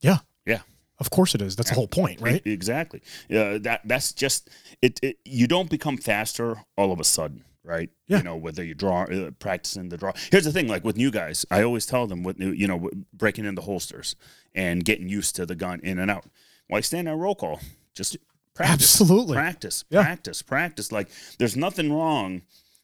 [SPEAKER 1] Yeah.
[SPEAKER 2] Yeah.
[SPEAKER 1] Of course it is. That's the whole point,
[SPEAKER 2] [LAUGHS]
[SPEAKER 1] right?
[SPEAKER 2] E- Exactly. Yeah, that that's just it, it. You don't become faster all of a sudden, right?
[SPEAKER 1] Yeah.
[SPEAKER 2] You know whether you draw uh, practicing the draw. Here's the thing: like with new guys, I always tell them with new, you know w- breaking in the holsters and getting used to the gun in and out. Why stand on roll call? Just practice,
[SPEAKER 1] Absolutely.
[SPEAKER 2] practice,
[SPEAKER 1] Yeah.
[SPEAKER 2] practice, practice. Like there's nothing wrong.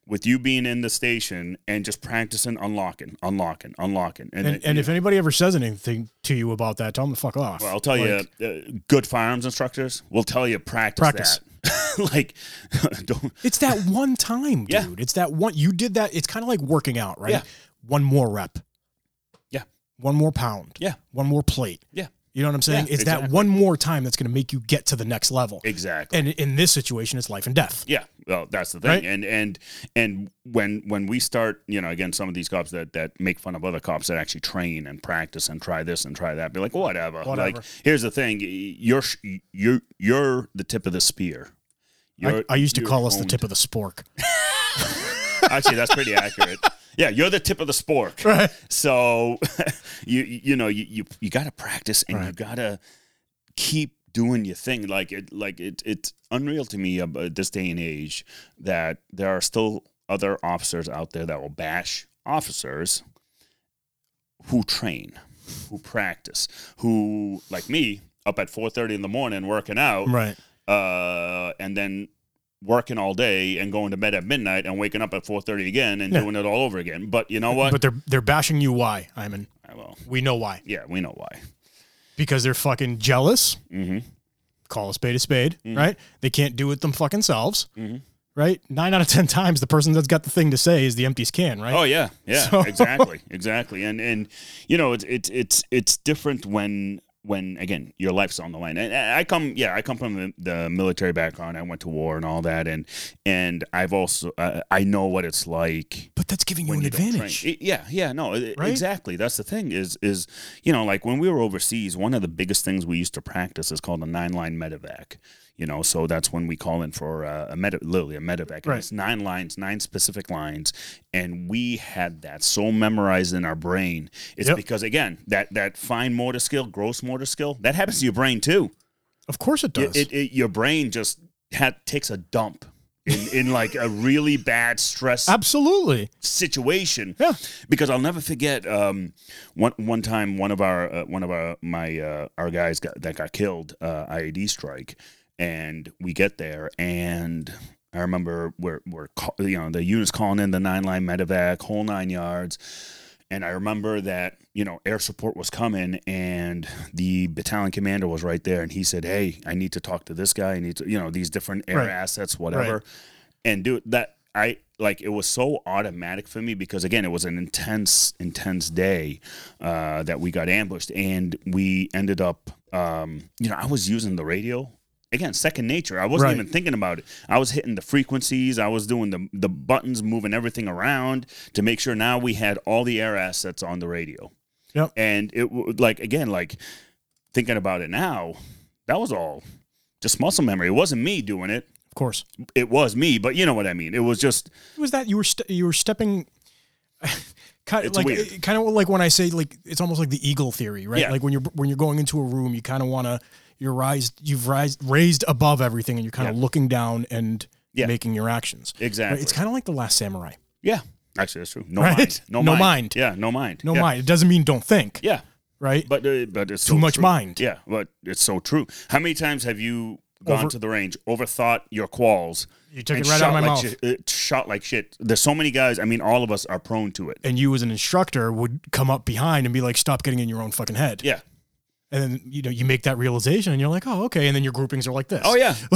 [SPEAKER 2] With you being in the station and just practicing unlocking, unlocking, unlocking,
[SPEAKER 1] And,
[SPEAKER 2] it-
[SPEAKER 1] and if anybody ever says anything to you about that, tell them to fuck off.
[SPEAKER 2] well, I'll tell
[SPEAKER 1] Like,
[SPEAKER 2] you, uh, good firearms instructors will tell you practice,
[SPEAKER 1] Practice.
[SPEAKER 2] that. [LAUGHS] like, don't.
[SPEAKER 1] It's that
[SPEAKER 2] [LAUGHS]
[SPEAKER 1] one time, dude.
[SPEAKER 2] Yeah.
[SPEAKER 1] It's that one. You did that. It's kind of like working out, right?
[SPEAKER 2] Yeah.
[SPEAKER 1] One more rep.
[SPEAKER 2] Yeah.
[SPEAKER 1] One more pound.
[SPEAKER 2] Yeah.
[SPEAKER 1] One more plate.
[SPEAKER 2] Yeah.
[SPEAKER 1] You know what I'm saying?
[SPEAKER 2] Yeah,
[SPEAKER 1] it's that
[SPEAKER 2] exactly.
[SPEAKER 1] one more time that's going to make you get to the next level.
[SPEAKER 2] Exactly.
[SPEAKER 1] And in this situation, it's life and death.
[SPEAKER 2] yeah. Well, that's the thing.
[SPEAKER 1] Right?
[SPEAKER 2] And and and when when we start, you know, again, some of these cops that that make fun of other cops that actually train and practice and try this and try that, be like, whatever.
[SPEAKER 1] Whatever.
[SPEAKER 2] Like, here's the thing: you're sh- you're you're the tip of the
[SPEAKER 1] I,
[SPEAKER 2] spear. You're-
[SPEAKER 1] I used to
[SPEAKER 2] you're
[SPEAKER 1] call us the
[SPEAKER 2] owned.
[SPEAKER 1] tip of the spork. [LAUGHS]
[SPEAKER 2] Actually, that's pretty accurate. Yeah, you're the tip of the spork.
[SPEAKER 1] Right.
[SPEAKER 2] So [LAUGHS] you you know you you, you got to practice and you got to keep doing your thing. Like it like it it's unreal to me about this day and age that there are still other officers out there that will bash officers who train, who practice, who like me up at 4:30 in the morning working out
[SPEAKER 1] Right.
[SPEAKER 2] uh, and then working all day and going to bed at midnight and waking up at 4.30 again and
[SPEAKER 1] Yeah.
[SPEAKER 2] doing it all over again but you know what
[SPEAKER 1] But they're they're bashing you. Why, Iman?
[SPEAKER 2] well
[SPEAKER 1] We know why.
[SPEAKER 2] yeah we know why
[SPEAKER 1] Because they're fucking jealous.
[SPEAKER 2] hmm
[SPEAKER 1] Call a spade a spade,
[SPEAKER 2] Mm-hmm.
[SPEAKER 1] right? They can't do it them fucking selves,
[SPEAKER 2] Mhm.
[SPEAKER 1] right? Nine out of ten times, the person that's got the thing to say is the empties can, right?
[SPEAKER 2] oh yeah yeah
[SPEAKER 1] So-
[SPEAKER 2] exactly exactly and and you know it's it's it's it's different when when again your life's on the line and i I come yeah i come from the, the military background i went to war and all that and and i've also uh, i know what it's like
[SPEAKER 1] But that's giving you
[SPEAKER 2] when
[SPEAKER 1] an
[SPEAKER 2] you don't train.
[SPEAKER 1] advantage.
[SPEAKER 2] I- Yeah, yeah, no, i-
[SPEAKER 1] Right?
[SPEAKER 2] exactly. That's the thing is is you know like when we were overseas, one of the biggest things we used to practice is called a nine line medevac. You know, so that's when we call in for uh, a medi- literally a medevac. And
[SPEAKER 1] Right.
[SPEAKER 2] It's nine lines, nine specific lines, and we had that so memorized in our brain. It's
[SPEAKER 1] Yep.
[SPEAKER 2] because again, that that fine motor skill, gross motor skill, that happens to your brain too.
[SPEAKER 1] Of course it does.
[SPEAKER 2] It, it, it, your brain just ha- takes a dump in, in like a really bad stress
[SPEAKER 1] Absolutely.
[SPEAKER 2] situation.
[SPEAKER 1] Yeah.
[SPEAKER 2] Because I'll never forget um, one one time one of our uh, one of our my uh, our guys got, that got killed uh, IED strike, and we get there and. I remember we're, we're call, you know the unit's calling in the nine line medevac whole nine yards, and I remember that you know air support was coming and the battalion commander was right there and he said hey I need to talk to this guy I need to you know these different air
[SPEAKER 1] Right.
[SPEAKER 2] assets whatever, and dude that I like it was so automatic for me because again it was an intense intense day uh, that we got ambushed and we ended up um, you know I was using the radio. Again, second nature. I wasn't
[SPEAKER 1] Right.
[SPEAKER 2] even thinking about it. I was hitting the frequencies. I was doing the the buttons, moving everything around to make sure now we had all the air assets on the radio.
[SPEAKER 1] Yep.
[SPEAKER 2] And it w- like again like thinking about it now, that was all just muscle memory. It wasn't me doing it.
[SPEAKER 1] Of course.
[SPEAKER 2] It was me, but you know what I mean. It was just
[SPEAKER 1] It was that you were st- you were stepping [LAUGHS] kind
[SPEAKER 2] It's
[SPEAKER 1] like
[SPEAKER 2] weird.
[SPEAKER 1] it- kind of like when I say like it's almost like the eagle theory, right?
[SPEAKER 2] Yeah.
[SPEAKER 1] Like when you're when you're going into a room, you kind of want to you're rise you've rise, raised above everything and you're kind of
[SPEAKER 2] Yeah.
[SPEAKER 1] looking down and
[SPEAKER 2] Yeah.
[SPEAKER 1] making your actions. Right?
[SPEAKER 2] exactly.
[SPEAKER 1] It's kind of like the last samurai.
[SPEAKER 2] yeah, actually that's true. No
[SPEAKER 1] Right?
[SPEAKER 2] mind.
[SPEAKER 1] [LAUGHS]
[SPEAKER 2] No,
[SPEAKER 1] No
[SPEAKER 2] mind.
[SPEAKER 1] mind.
[SPEAKER 2] Yeah, no mind.
[SPEAKER 1] No
[SPEAKER 2] yeah.
[SPEAKER 1] mind. It doesn't mean don't think,
[SPEAKER 2] Yeah,
[SPEAKER 1] right?
[SPEAKER 2] but uh, but it's
[SPEAKER 1] Too
[SPEAKER 2] so
[SPEAKER 1] much
[SPEAKER 2] true.
[SPEAKER 1] mind.
[SPEAKER 2] Yeah, but it's so true. How many times have you gone
[SPEAKER 1] Over-
[SPEAKER 2] to the range, overthought your quals,
[SPEAKER 1] You took
[SPEAKER 2] and
[SPEAKER 1] it right out of
[SPEAKER 2] shot
[SPEAKER 1] my
[SPEAKER 2] like
[SPEAKER 1] mouth.
[SPEAKER 2] shit- uh, shot like shit. There's so many guys. I mean, all of us are prone to it.
[SPEAKER 1] And you as an instructor would come up behind and be like stop getting in your own fucking head.
[SPEAKER 2] Yeah.
[SPEAKER 1] And then you know you make that realization and you're like, "Oh, okay." And then your groupings are like this.
[SPEAKER 2] Oh yeah, [LAUGHS]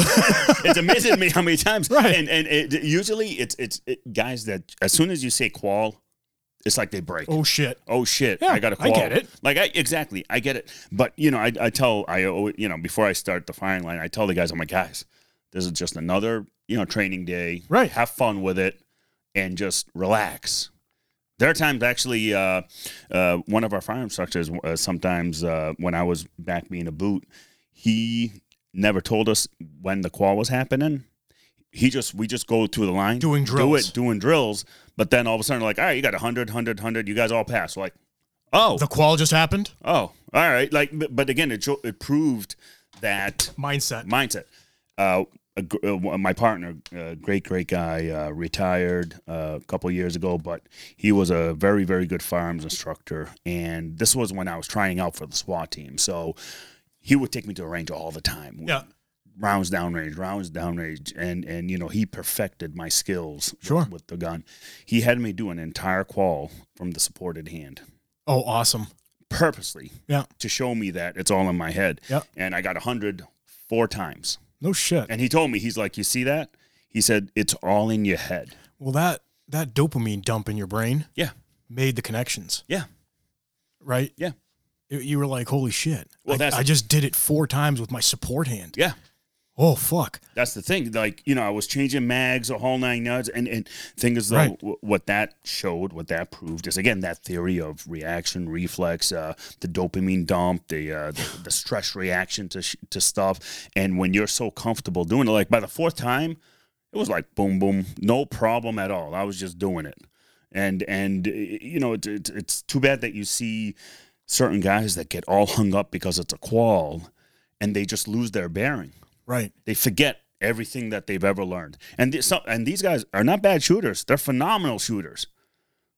[SPEAKER 2] it's amazing me how many times.
[SPEAKER 1] [LAUGHS] Right.
[SPEAKER 2] and and it, usually it's it's it, guys that as soon as you say qual, it's like they break.
[SPEAKER 1] Oh shit.
[SPEAKER 2] oh shit,
[SPEAKER 1] Yeah,
[SPEAKER 2] I got a
[SPEAKER 1] I
[SPEAKER 2] qual.
[SPEAKER 1] get it.
[SPEAKER 2] Like I exactly, I get it. But you know, I, I tell I always, you know before I start the firing line, I tell the guys, I'm like, guys, this is just another you know training day.
[SPEAKER 1] Right.
[SPEAKER 2] Have fun with it, and just relax. There are times actually, uh, uh, one of our fire instructors uh, sometimes uh, when I was back being a boot, he never told us when the qual was happening. He just we just go through the line
[SPEAKER 1] Doing
[SPEAKER 2] do
[SPEAKER 1] drills.
[SPEAKER 2] it doing drills, but then all of a sudden like all right, you got 100, 100, 100, you guys all pass. We're like oh
[SPEAKER 1] The qual just happened.
[SPEAKER 2] oh all right like but, but again it jo- it proved that
[SPEAKER 1] Mindset.
[SPEAKER 2] mindset. Uh, a gr- uh, one- my partner, uh, great, great guy, uh, retired uh, a couple years ago, but he was a very, very good firearms instructor. And this was when I was trying out for the SWAT team. So he would take me to a range all the time.
[SPEAKER 1] Yeah.
[SPEAKER 2] Rounds downrange, rounds downrange. And, and you know, he perfected my skills with-
[SPEAKER 1] Sure.
[SPEAKER 2] with, the gun. He had me do an entire qual from the supported hand
[SPEAKER 1] Oh, awesome.
[SPEAKER 2] purposely
[SPEAKER 1] Yeah.
[SPEAKER 2] to show me that it's all in my head.
[SPEAKER 1] Yep.
[SPEAKER 2] And I got 100 four times.
[SPEAKER 1] No shit.
[SPEAKER 2] And he told me, he's like, you see that? He said, it's all in your head.
[SPEAKER 1] Well, that that dopamine dump in your brain
[SPEAKER 2] Yeah.
[SPEAKER 1] made the connections,
[SPEAKER 2] Yeah.
[SPEAKER 1] right?
[SPEAKER 2] Yeah.
[SPEAKER 1] You- You were like, "Holy shit!"
[SPEAKER 2] Well,
[SPEAKER 1] I,
[SPEAKER 2] that's-
[SPEAKER 1] I just did it four times with my support hand.
[SPEAKER 2] Yeah.
[SPEAKER 1] Oh fuck!
[SPEAKER 2] That's the thing. Like, you know, I was changing mags a whole nine yards. And, and thing is, though,
[SPEAKER 1] Right.
[SPEAKER 2] w- what that showed, what that proved is, again, that theory of reaction, reflex, uh, the dopamine dump, the, uh, the, the stress reaction to, sh- to stuff. And when you're so comfortable doing it, like by the fourth time, it was like boom, boom, no problem at all. I was just doing it. And, and uh, you know, it, it, it's too bad that you see certain guys that get all hung up because it's a qual and they just lose their bearing.
[SPEAKER 1] Right.
[SPEAKER 2] They forget everything that they've ever learned. And th- so, and these guys are not bad shooters; they're phenomenal shooters,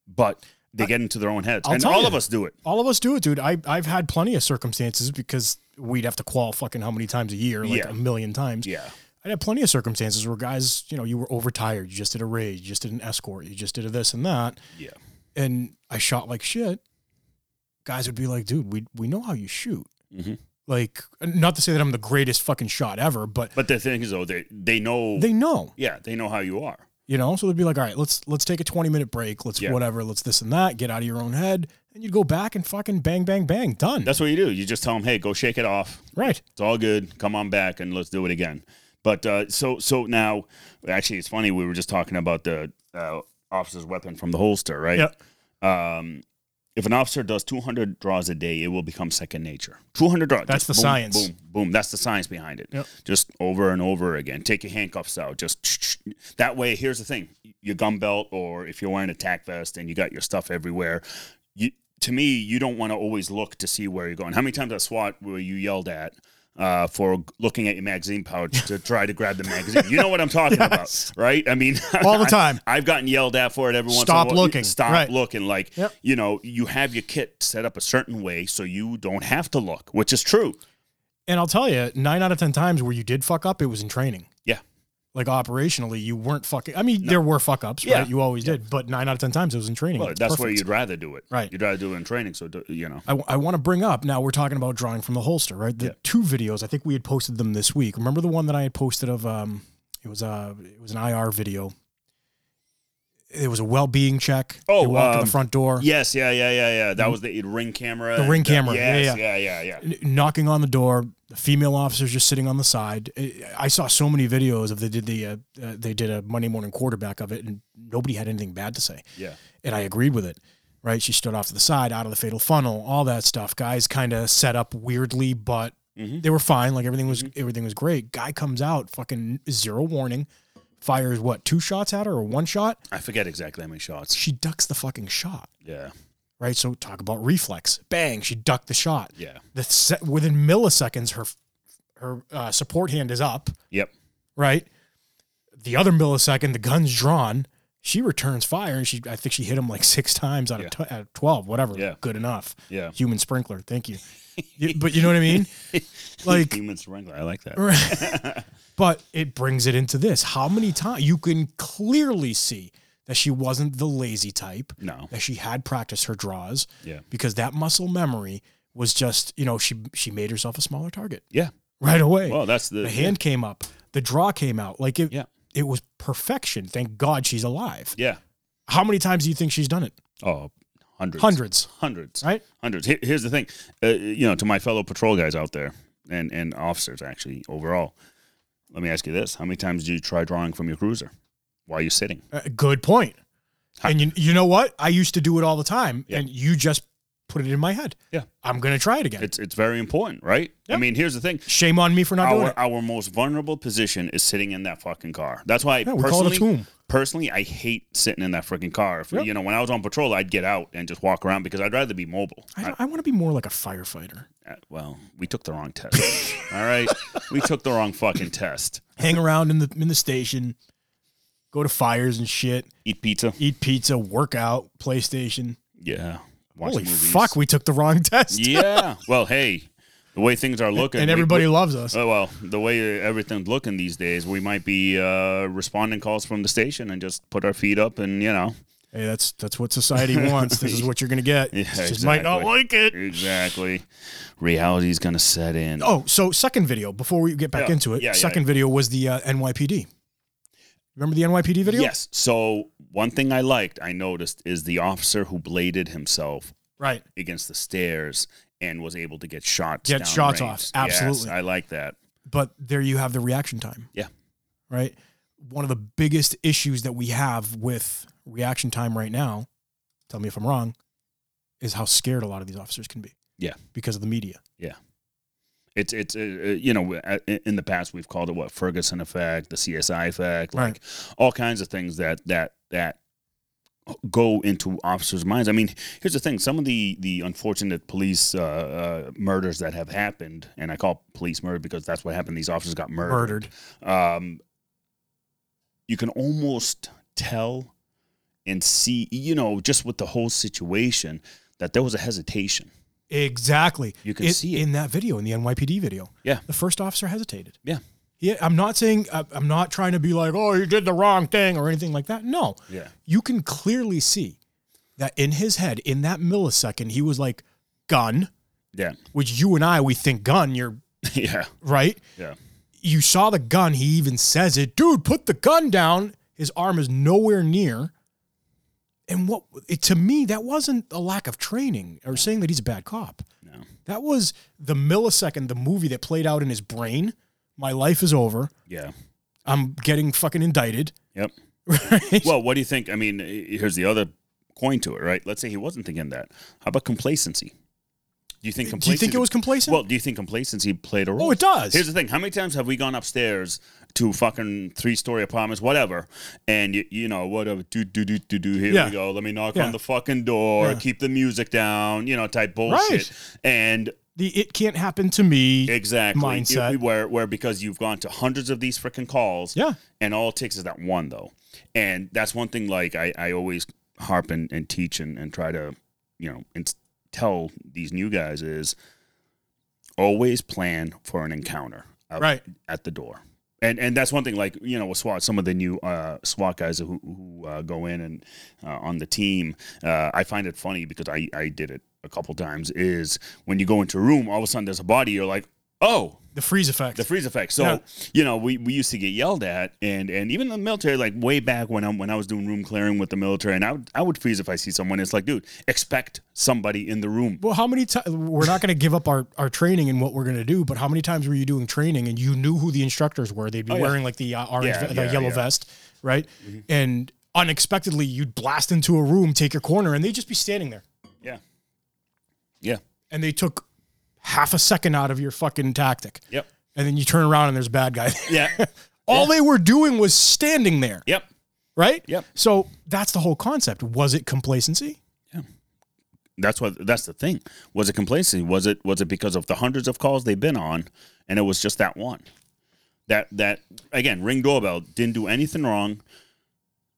[SPEAKER 2] but they get into their own heads.
[SPEAKER 1] I'll
[SPEAKER 2] and
[SPEAKER 1] tell
[SPEAKER 2] all
[SPEAKER 1] you.
[SPEAKER 2] of us do it.
[SPEAKER 1] All of us do it, dude. I I've had plenty of circumstances because we'd have to qual fucking how many times a year, like
[SPEAKER 2] Yeah.
[SPEAKER 1] a million times.
[SPEAKER 2] Yeah,
[SPEAKER 1] I had plenty of circumstances where guys, you know, you were overtired, you just did a raid, you just did an escort, you just did a this and that,
[SPEAKER 2] yeah,
[SPEAKER 1] and I shot like shit. Guys would be like, "Dude, we we know how you shoot."
[SPEAKER 2] Mhm.
[SPEAKER 1] Like, not to say that I'm the greatest fucking shot ever, but
[SPEAKER 2] but the thing is, though, they they know.
[SPEAKER 1] they know,
[SPEAKER 2] yeah, they know how you are.
[SPEAKER 1] you know. So they'd be like, "All right, let's let's take a 20 minute break. Let's
[SPEAKER 2] Yeah.
[SPEAKER 1] whatever. Let's this and that. Get out of your own head." And you'd go back and fucking bang, bang, bang. Done.
[SPEAKER 2] That's what you do. You just tell them, "Hey, go shake it off. [LAUGHS]
[SPEAKER 1] right.
[SPEAKER 2] It's all good. Come on back and let's do it again." But uh, so so now, actually, it's funny. We were just talking about the uh, officer's weapon from the holster, right?
[SPEAKER 1] Yeah.
[SPEAKER 2] Um, If an officer does 200 draws a day, it will become second nature. 200 draws.
[SPEAKER 1] That's
[SPEAKER 2] just
[SPEAKER 1] the
[SPEAKER 2] boom,
[SPEAKER 1] science.
[SPEAKER 2] Boom, boom. That's the science behind it.
[SPEAKER 1] Yep.
[SPEAKER 2] Just over and over again. Take your handcuffs out. Just that way. Here's the thing: your gum belt, or if you're wearing a tack vest and you got your stuff everywhere. You, to me, you don't want to always look to see where you're going. How many times at SWAT were you yelled at? Uh, for looking at your magazine pouch to try to grab the magazine. You know what I'm
[SPEAKER 1] [LAUGHS]
[SPEAKER 2] talking
[SPEAKER 1] Yes.
[SPEAKER 2] about, right? I mean, [LAUGHS]
[SPEAKER 1] All the time.
[SPEAKER 2] I, have gotten yelled at for it every once
[SPEAKER 1] Stop
[SPEAKER 2] in a while.
[SPEAKER 1] looking.
[SPEAKER 2] Stop
[SPEAKER 1] Right.
[SPEAKER 2] looking. Like,
[SPEAKER 1] Yep.
[SPEAKER 2] you know, you have your kit set up a certain way so you don't have to look, which is true.
[SPEAKER 1] And I'll tell you, nine out of 10 times where you did fuck up, it was in training.
[SPEAKER 2] Yeah.
[SPEAKER 1] Like operationally, you weren't fucking. I mean, there were fuck ups,
[SPEAKER 2] Yeah.
[SPEAKER 1] right? You always did. But nine out of 10 times, it was in training.
[SPEAKER 2] Well,
[SPEAKER 1] It's
[SPEAKER 2] that's
[SPEAKER 1] perfect.
[SPEAKER 2] where you'd rather do it.
[SPEAKER 1] Right.
[SPEAKER 2] You'd rather do it in training. So, do- you know,
[SPEAKER 1] I, want to bring up now we're talking about drawing from the holster, right? The
[SPEAKER 2] Yeah.
[SPEAKER 1] two videos I think we had posted them this week. Remember the one that I had posted of um it was a it was an IR video. It was a well-being check.
[SPEAKER 2] Oh,
[SPEAKER 1] you walk in
[SPEAKER 2] um,
[SPEAKER 1] the front door,
[SPEAKER 2] yes, yeah, yeah, yeah, yeah. That was the ring camera.
[SPEAKER 1] Mm-hmm. The ring
[SPEAKER 2] and, uh,
[SPEAKER 1] camera. Yeah,
[SPEAKER 2] Yes, yeah, yeah, yeah.
[SPEAKER 1] n- knocking on the door. The female officers just sitting on the side. I- I saw so many videos of they did the uh, uh, they did a Monday morning quarterback of it, and nobody had anything bad to say.
[SPEAKER 2] Yeah.
[SPEAKER 1] and I agreed with it. Right, she stood off to the side, out of the fatal funnel, all that stuff. Guys kind of set up weirdly, but
[SPEAKER 2] Mhm.
[SPEAKER 1] they were fine. Like everything was everything was great. Guy comes out, fucking zero warning, fires what two shots at her or one shot.
[SPEAKER 2] I forget exactly how many shots.
[SPEAKER 1] She ducks the fucking shot.
[SPEAKER 2] Yeah,
[SPEAKER 1] Right, so talk about reflex. Bang, she ducked the shot.
[SPEAKER 2] yeah.
[SPEAKER 1] The se- within milliseconds, her her uh, support hand is up.
[SPEAKER 2] Yep.
[SPEAKER 1] Right, the other millisecond, the gun's drawn. She returns fire, and she I think she hit him like six times out
[SPEAKER 2] Yeah.
[SPEAKER 1] of t- out of twelve, whatever.
[SPEAKER 2] Yeah.
[SPEAKER 1] good enough.
[SPEAKER 2] Yeah.
[SPEAKER 1] Human sprinkler, thank
[SPEAKER 2] [LAUGHS]
[SPEAKER 1] you. You- but you know what I mean, like
[SPEAKER 2] Human wrangler. I like that.
[SPEAKER 1] Right. but it brings it into this. How many times you can clearly see that she wasn't the lazy type,
[SPEAKER 2] No.
[SPEAKER 1] that she had practiced her draws
[SPEAKER 2] Yeah.
[SPEAKER 1] because that muscle memory was just, you know, she she made herself a smaller target
[SPEAKER 2] Yeah.
[SPEAKER 1] right away.
[SPEAKER 2] Well, that's the,
[SPEAKER 1] the hand came up, the draw came out. Like it
[SPEAKER 2] Yeah.
[SPEAKER 1] it was perfection. Thank God she's alive.
[SPEAKER 2] Yeah.
[SPEAKER 1] How many times do you think she's done it?
[SPEAKER 2] Oh, hundreds.
[SPEAKER 1] Hundreds,
[SPEAKER 2] Hundreds.
[SPEAKER 1] right?
[SPEAKER 2] hundreds. Here, here's the thing, uh, you know, to my fellow patrol guys out there and and officers actually overall. Let me ask you this: How many times do you try drawing from your cruiser while you're sitting?
[SPEAKER 1] Uh, good point.
[SPEAKER 2] Huh.
[SPEAKER 1] And you, you know what? I used to do it all the time,
[SPEAKER 2] Yeah.
[SPEAKER 1] and you just put it in my head.
[SPEAKER 2] Yeah.
[SPEAKER 1] I'm gonna try it again.
[SPEAKER 2] It's it's very important, right? I
[SPEAKER 1] Yeah.
[SPEAKER 2] mean, here's the thing:
[SPEAKER 1] Shame on me for not doing
[SPEAKER 2] our
[SPEAKER 1] it.
[SPEAKER 2] our most vulnerable position is sitting in that fucking car. That's why
[SPEAKER 1] Yeah, we call it
[SPEAKER 2] personally,
[SPEAKER 1] a tomb.
[SPEAKER 2] personally, I hate sitting in that freaking car. If,
[SPEAKER 1] Yep.
[SPEAKER 2] You know, when I was on patrol, I'd get out and just walk around because I'd rather be mobile.
[SPEAKER 1] I, don't- I want to be more like a firefighter.
[SPEAKER 2] Uh, well, we took the wrong test.
[SPEAKER 1] [LAUGHS]
[SPEAKER 2] All right, we took the wrong fucking test.
[SPEAKER 1] Hang around in the in the station, go to fires and shit,
[SPEAKER 2] Eat pizza.
[SPEAKER 1] eat pizza, work out, PlayStation.
[SPEAKER 2] Yeah.
[SPEAKER 1] Holy fuck, we took the wrong test,
[SPEAKER 2] yeah. Well, hey, the way things are looking,
[SPEAKER 1] and
[SPEAKER 2] we-
[SPEAKER 1] everybody
[SPEAKER 2] we-
[SPEAKER 1] loves us.
[SPEAKER 2] Oh, well, the way everything's looking these days, we might be uh, responding calls from the station and just put our feet up and you know
[SPEAKER 1] hey, that's that's what society wants. This
[SPEAKER 2] [LAUGHS]
[SPEAKER 1] is what you're gonna get.
[SPEAKER 2] Yeah,
[SPEAKER 1] Just might not
[SPEAKER 2] exactly.
[SPEAKER 1] like it.
[SPEAKER 2] exactly reality's gonna set in.
[SPEAKER 1] Oh, so second video before we get back
[SPEAKER 2] Yeah,
[SPEAKER 1] into it.
[SPEAKER 2] yeah, yeah.
[SPEAKER 1] second video was the uh, NYPD. Remember the NYPD video?
[SPEAKER 2] Yes. So one thing I liked, I noticed, is the officer who bladed himself
[SPEAKER 1] Right.
[SPEAKER 2] against the stairs and was able to get shots.
[SPEAKER 1] Get
[SPEAKER 2] down
[SPEAKER 1] shots
[SPEAKER 2] range.
[SPEAKER 1] off,
[SPEAKER 2] Yes,
[SPEAKER 1] absolutely.
[SPEAKER 2] I like that.
[SPEAKER 1] But there you have the reaction time.
[SPEAKER 2] Yeah.
[SPEAKER 1] Right. One of the biggest issues that we have with reaction time right now, tell me if I'm wrong, is how scared a lot of these officers can be.
[SPEAKER 2] Yeah.
[SPEAKER 1] Because of the media.
[SPEAKER 2] it's it's uh, uh, you know uh, in the past we've called it what Ferguson effect, the CSI effect, like
[SPEAKER 1] Right.
[SPEAKER 2] all kinds of things that that that go into officers' minds. I mean, here's the thing: some of the the unfortunate police uh, uh, murders that have happened, and I call police murder because that's what happened. These officers got murdered.
[SPEAKER 1] Murdered.
[SPEAKER 2] Um, you can almost tell and see, you know, just with the whole situation that there was a hesitation.
[SPEAKER 1] Exactly.
[SPEAKER 2] You can
[SPEAKER 1] In-
[SPEAKER 2] see it.
[SPEAKER 1] in that video, in the NYPD video.
[SPEAKER 2] Yeah.
[SPEAKER 1] The first officer hesitated.
[SPEAKER 2] Yeah.
[SPEAKER 1] Yeah, I'm not saying I- I'm not trying to be like, oh, you did the wrong thing or anything like that. No,
[SPEAKER 2] Yeah.
[SPEAKER 1] you can clearly see that in his head, in that millisecond, he was like, gun,
[SPEAKER 2] Yeah. [LAUGHS]
[SPEAKER 1] which you and I, we think gun, you're
[SPEAKER 2] yeah.
[SPEAKER 1] right.
[SPEAKER 2] Yeah.
[SPEAKER 1] You saw the gun. He even says it, dude, put the gun down. His arm is nowhere near. And what it, to me, that wasn't a lack of training or saying that he's a bad cop.
[SPEAKER 2] No.
[SPEAKER 1] That was the millisecond, the movie that played out in his brain. My life is over.
[SPEAKER 2] Yeah.
[SPEAKER 1] I'm getting fucking indicted. [LAUGHS]
[SPEAKER 2] Yep.
[SPEAKER 1] Right?
[SPEAKER 2] Well, what do you think? I mean, eh, here's the other coin to it, right? Let's say he wasn't thinking that. How about complacency? Do you
[SPEAKER 1] Do
[SPEAKER 2] think
[SPEAKER 1] you
[SPEAKER 2] complacency?
[SPEAKER 1] think it was complacent?
[SPEAKER 2] Well, do you think complacency played a role?
[SPEAKER 1] oh, it does.
[SPEAKER 2] Here's the thing: How many times have we gone upstairs to fucking three-story apartments, whatever, and you, you know, whatever, do do do do do. Here
[SPEAKER 1] Yeah.
[SPEAKER 2] we go. Let me knock
[SPEAKER 1] Yeah.
[SPEAKER 2] on the fucking door.
[SPEAKER 1] Yeah.
[SPEAKER 2] Keep the music down. You know, type bullshit.
[SPEAKER 1] Right.
[SPEAKER 2] And
[SPEAKER 1] the it can't happen to me.
[SPEAKER 2] exactly,
[SPEAKER 1] Mindset.
[SPEAKER 2] it- where where because you've gone to hundreds of these freaking calls,
[SPEAKER 1] yeah.
[SPEAKER 2] and all it takes is that one though, and that's one thing. Like I, I always harp and, and teach and, and try to, you know, and tell these new guys is always plan for an encounter. out-
[SPEAKER 1] Right.
[SPEAKER 2] at the door. And and that's one thing. Like you know, with SWAT, some of the new uh, SWAT guys who who uh, go in and uh, on the team, uh, I find it funny because I I did it a couple times. Is when you go into a room, all of a sudden there's a body. You're like, oh,
[SPEAKER 1] The freeze effect.
[SPEAKER 2] the freeze effect. So
[SPEAKER 1] Yeah.
[SPEAKER 2] you know, we, we used to get yelled at, and and even in the military, like way back when I when I was doing room clearing with the military, and I would I would freeze if I see someone. It's like, dude, expect somebody in the room.
[SPEAKER 1] well, how many times we're not going to give up our, our training and what we're going to do, but how many times were you doing training and you knew who the instructors were? They'd be
[SPEAKER 2] Oh, yeah.
[SPEAKER 1] wearing like the uh, orange,
[SPEAKER 2] Yeah,
[SPEAKER 1] ve- the
[SPEAKER 2] yeah,
[SPEAKER 1] yellow
[SPEAKER 2] yeah. Mm-hmm.
[SPEAKER 1] vest, right? And unexpectedly, you'd blast into a room, take your corner, and they'd just be standing there.
[SPEAKER 2] Yeah, yeah,
[SPEAKER 1] And they took half a second out of your fucking tactic.
[SPEAKER 2] yep,
[SPEAKER 1] And then you turn around and there's a bad guy.
[SPEAKER 2] yeah,
[SPEAKER 1] All they were doing was standing there,
[SPEAKER 2] yep.
[SPEAKER 1] right?
[SPEAKER 2] Yep.
[SPEAKER 1] So that's the whole concept. Was it complacency?
[SPEAKER 2] That's what that's the thing. Was it complacency? Was it was it because of the hundreds of calls they've been on and it was just that one? That that again, ring doorbell didn't do anything wrong.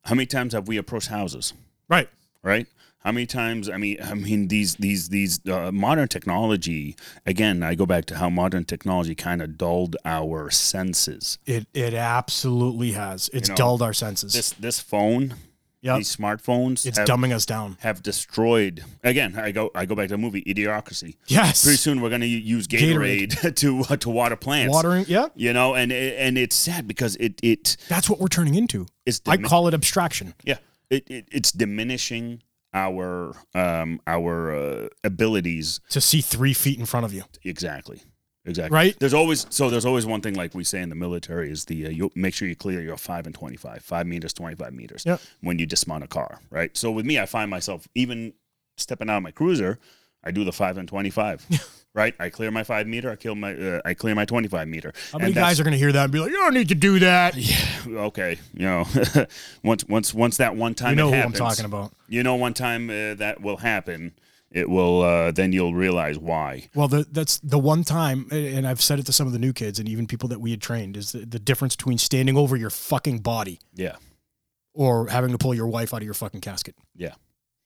[SPEAKER 2] How many times have we approached houses?
[SPEAKER 1] Right.
[SPEAKER 2] right? How many times? I mean, I mean these these these uh, modern technology. Again, I go back to how modern technology kind of dulled our senses.
[SPEAKER 1] It it absolutely has. It's
[SPEAKER 2] know,
[SPEAKER 1] dulled our senses.
[SPEAKER 2] This this phone,
[SPEAKER 1] Yep.
[SPEAKER 2] these smartphones,
[SPEAKER 1] it's
[SPEAKER 2] have,
[SPEAKER 1] dumbing us down.
[SPEAKER 2] have destroyed. Again, I go I go back to the movie Idiocracy. Pretty
[SPEAKER 1] Yes.
[SPEAKER 2] soon we're going to use
[SPEAKER 1] Gatorade.
[SPEAKER 2] Gatorade, [LAUGHS] to uh, to water plants.
[SPEAKER 1] Watering. Yeah.
[SPEAKER 2] You know, and it- and it's sad because it it
[SPEAKER 1] That's what we're turning into.
[SPEAKER 2] is
[SPEAKER 1] I call it abstraction.
[SPEAKER 2] Yeah, it, it it's diminishing our um our uh, abilities
[SPEAKER 1] To see three feet in front of you.
[SPEAKER 2] Exactly. Exactly.
[SPEAKER 1] Right?
[SPEAKER 2] There's always so there's always one thing like we say in the military is the uh, you make sure you clear your five and twenty five, five meters, twenty five meters
[SPEAKER 1] Yep.
[SPEAKER 2] when you dismount a car, right? So with me, I find myself even stepping out of my cruiser, I do the five and twenty five,
[SPEAKER 1] [LAUGHS]
[SPEAKER 2] right? I clear my five meter, I kill my, uh, I clear my twenty five meter.
[SPEAKER 1] How many guys are going to hear that and be like, "You don't need to do that." You
[SPEAKER 2] [LAUGHS] okay? You know, once once once that one time
[SPEAKER 1] know
[SPEAKER 2] it
[SPEAKER 1] who
[SPEAKER 2] happens,
[SPEAKER 1] I'm talking about.
[SPEAKER 2] You know, one time uh, that will happen, it will. Uh, then you'll realize why.
[SPEAKER 1] Well, the, that's the one time, a- and I've said it to some of the new kids and even people that we had trained, is the, the difference between standing over your fucking body
[SPEAKER 2] Yeah.
[SPEAKER 1] or having to pull your wife out of your fucking casket.
[SPEAKER 2] Yeah.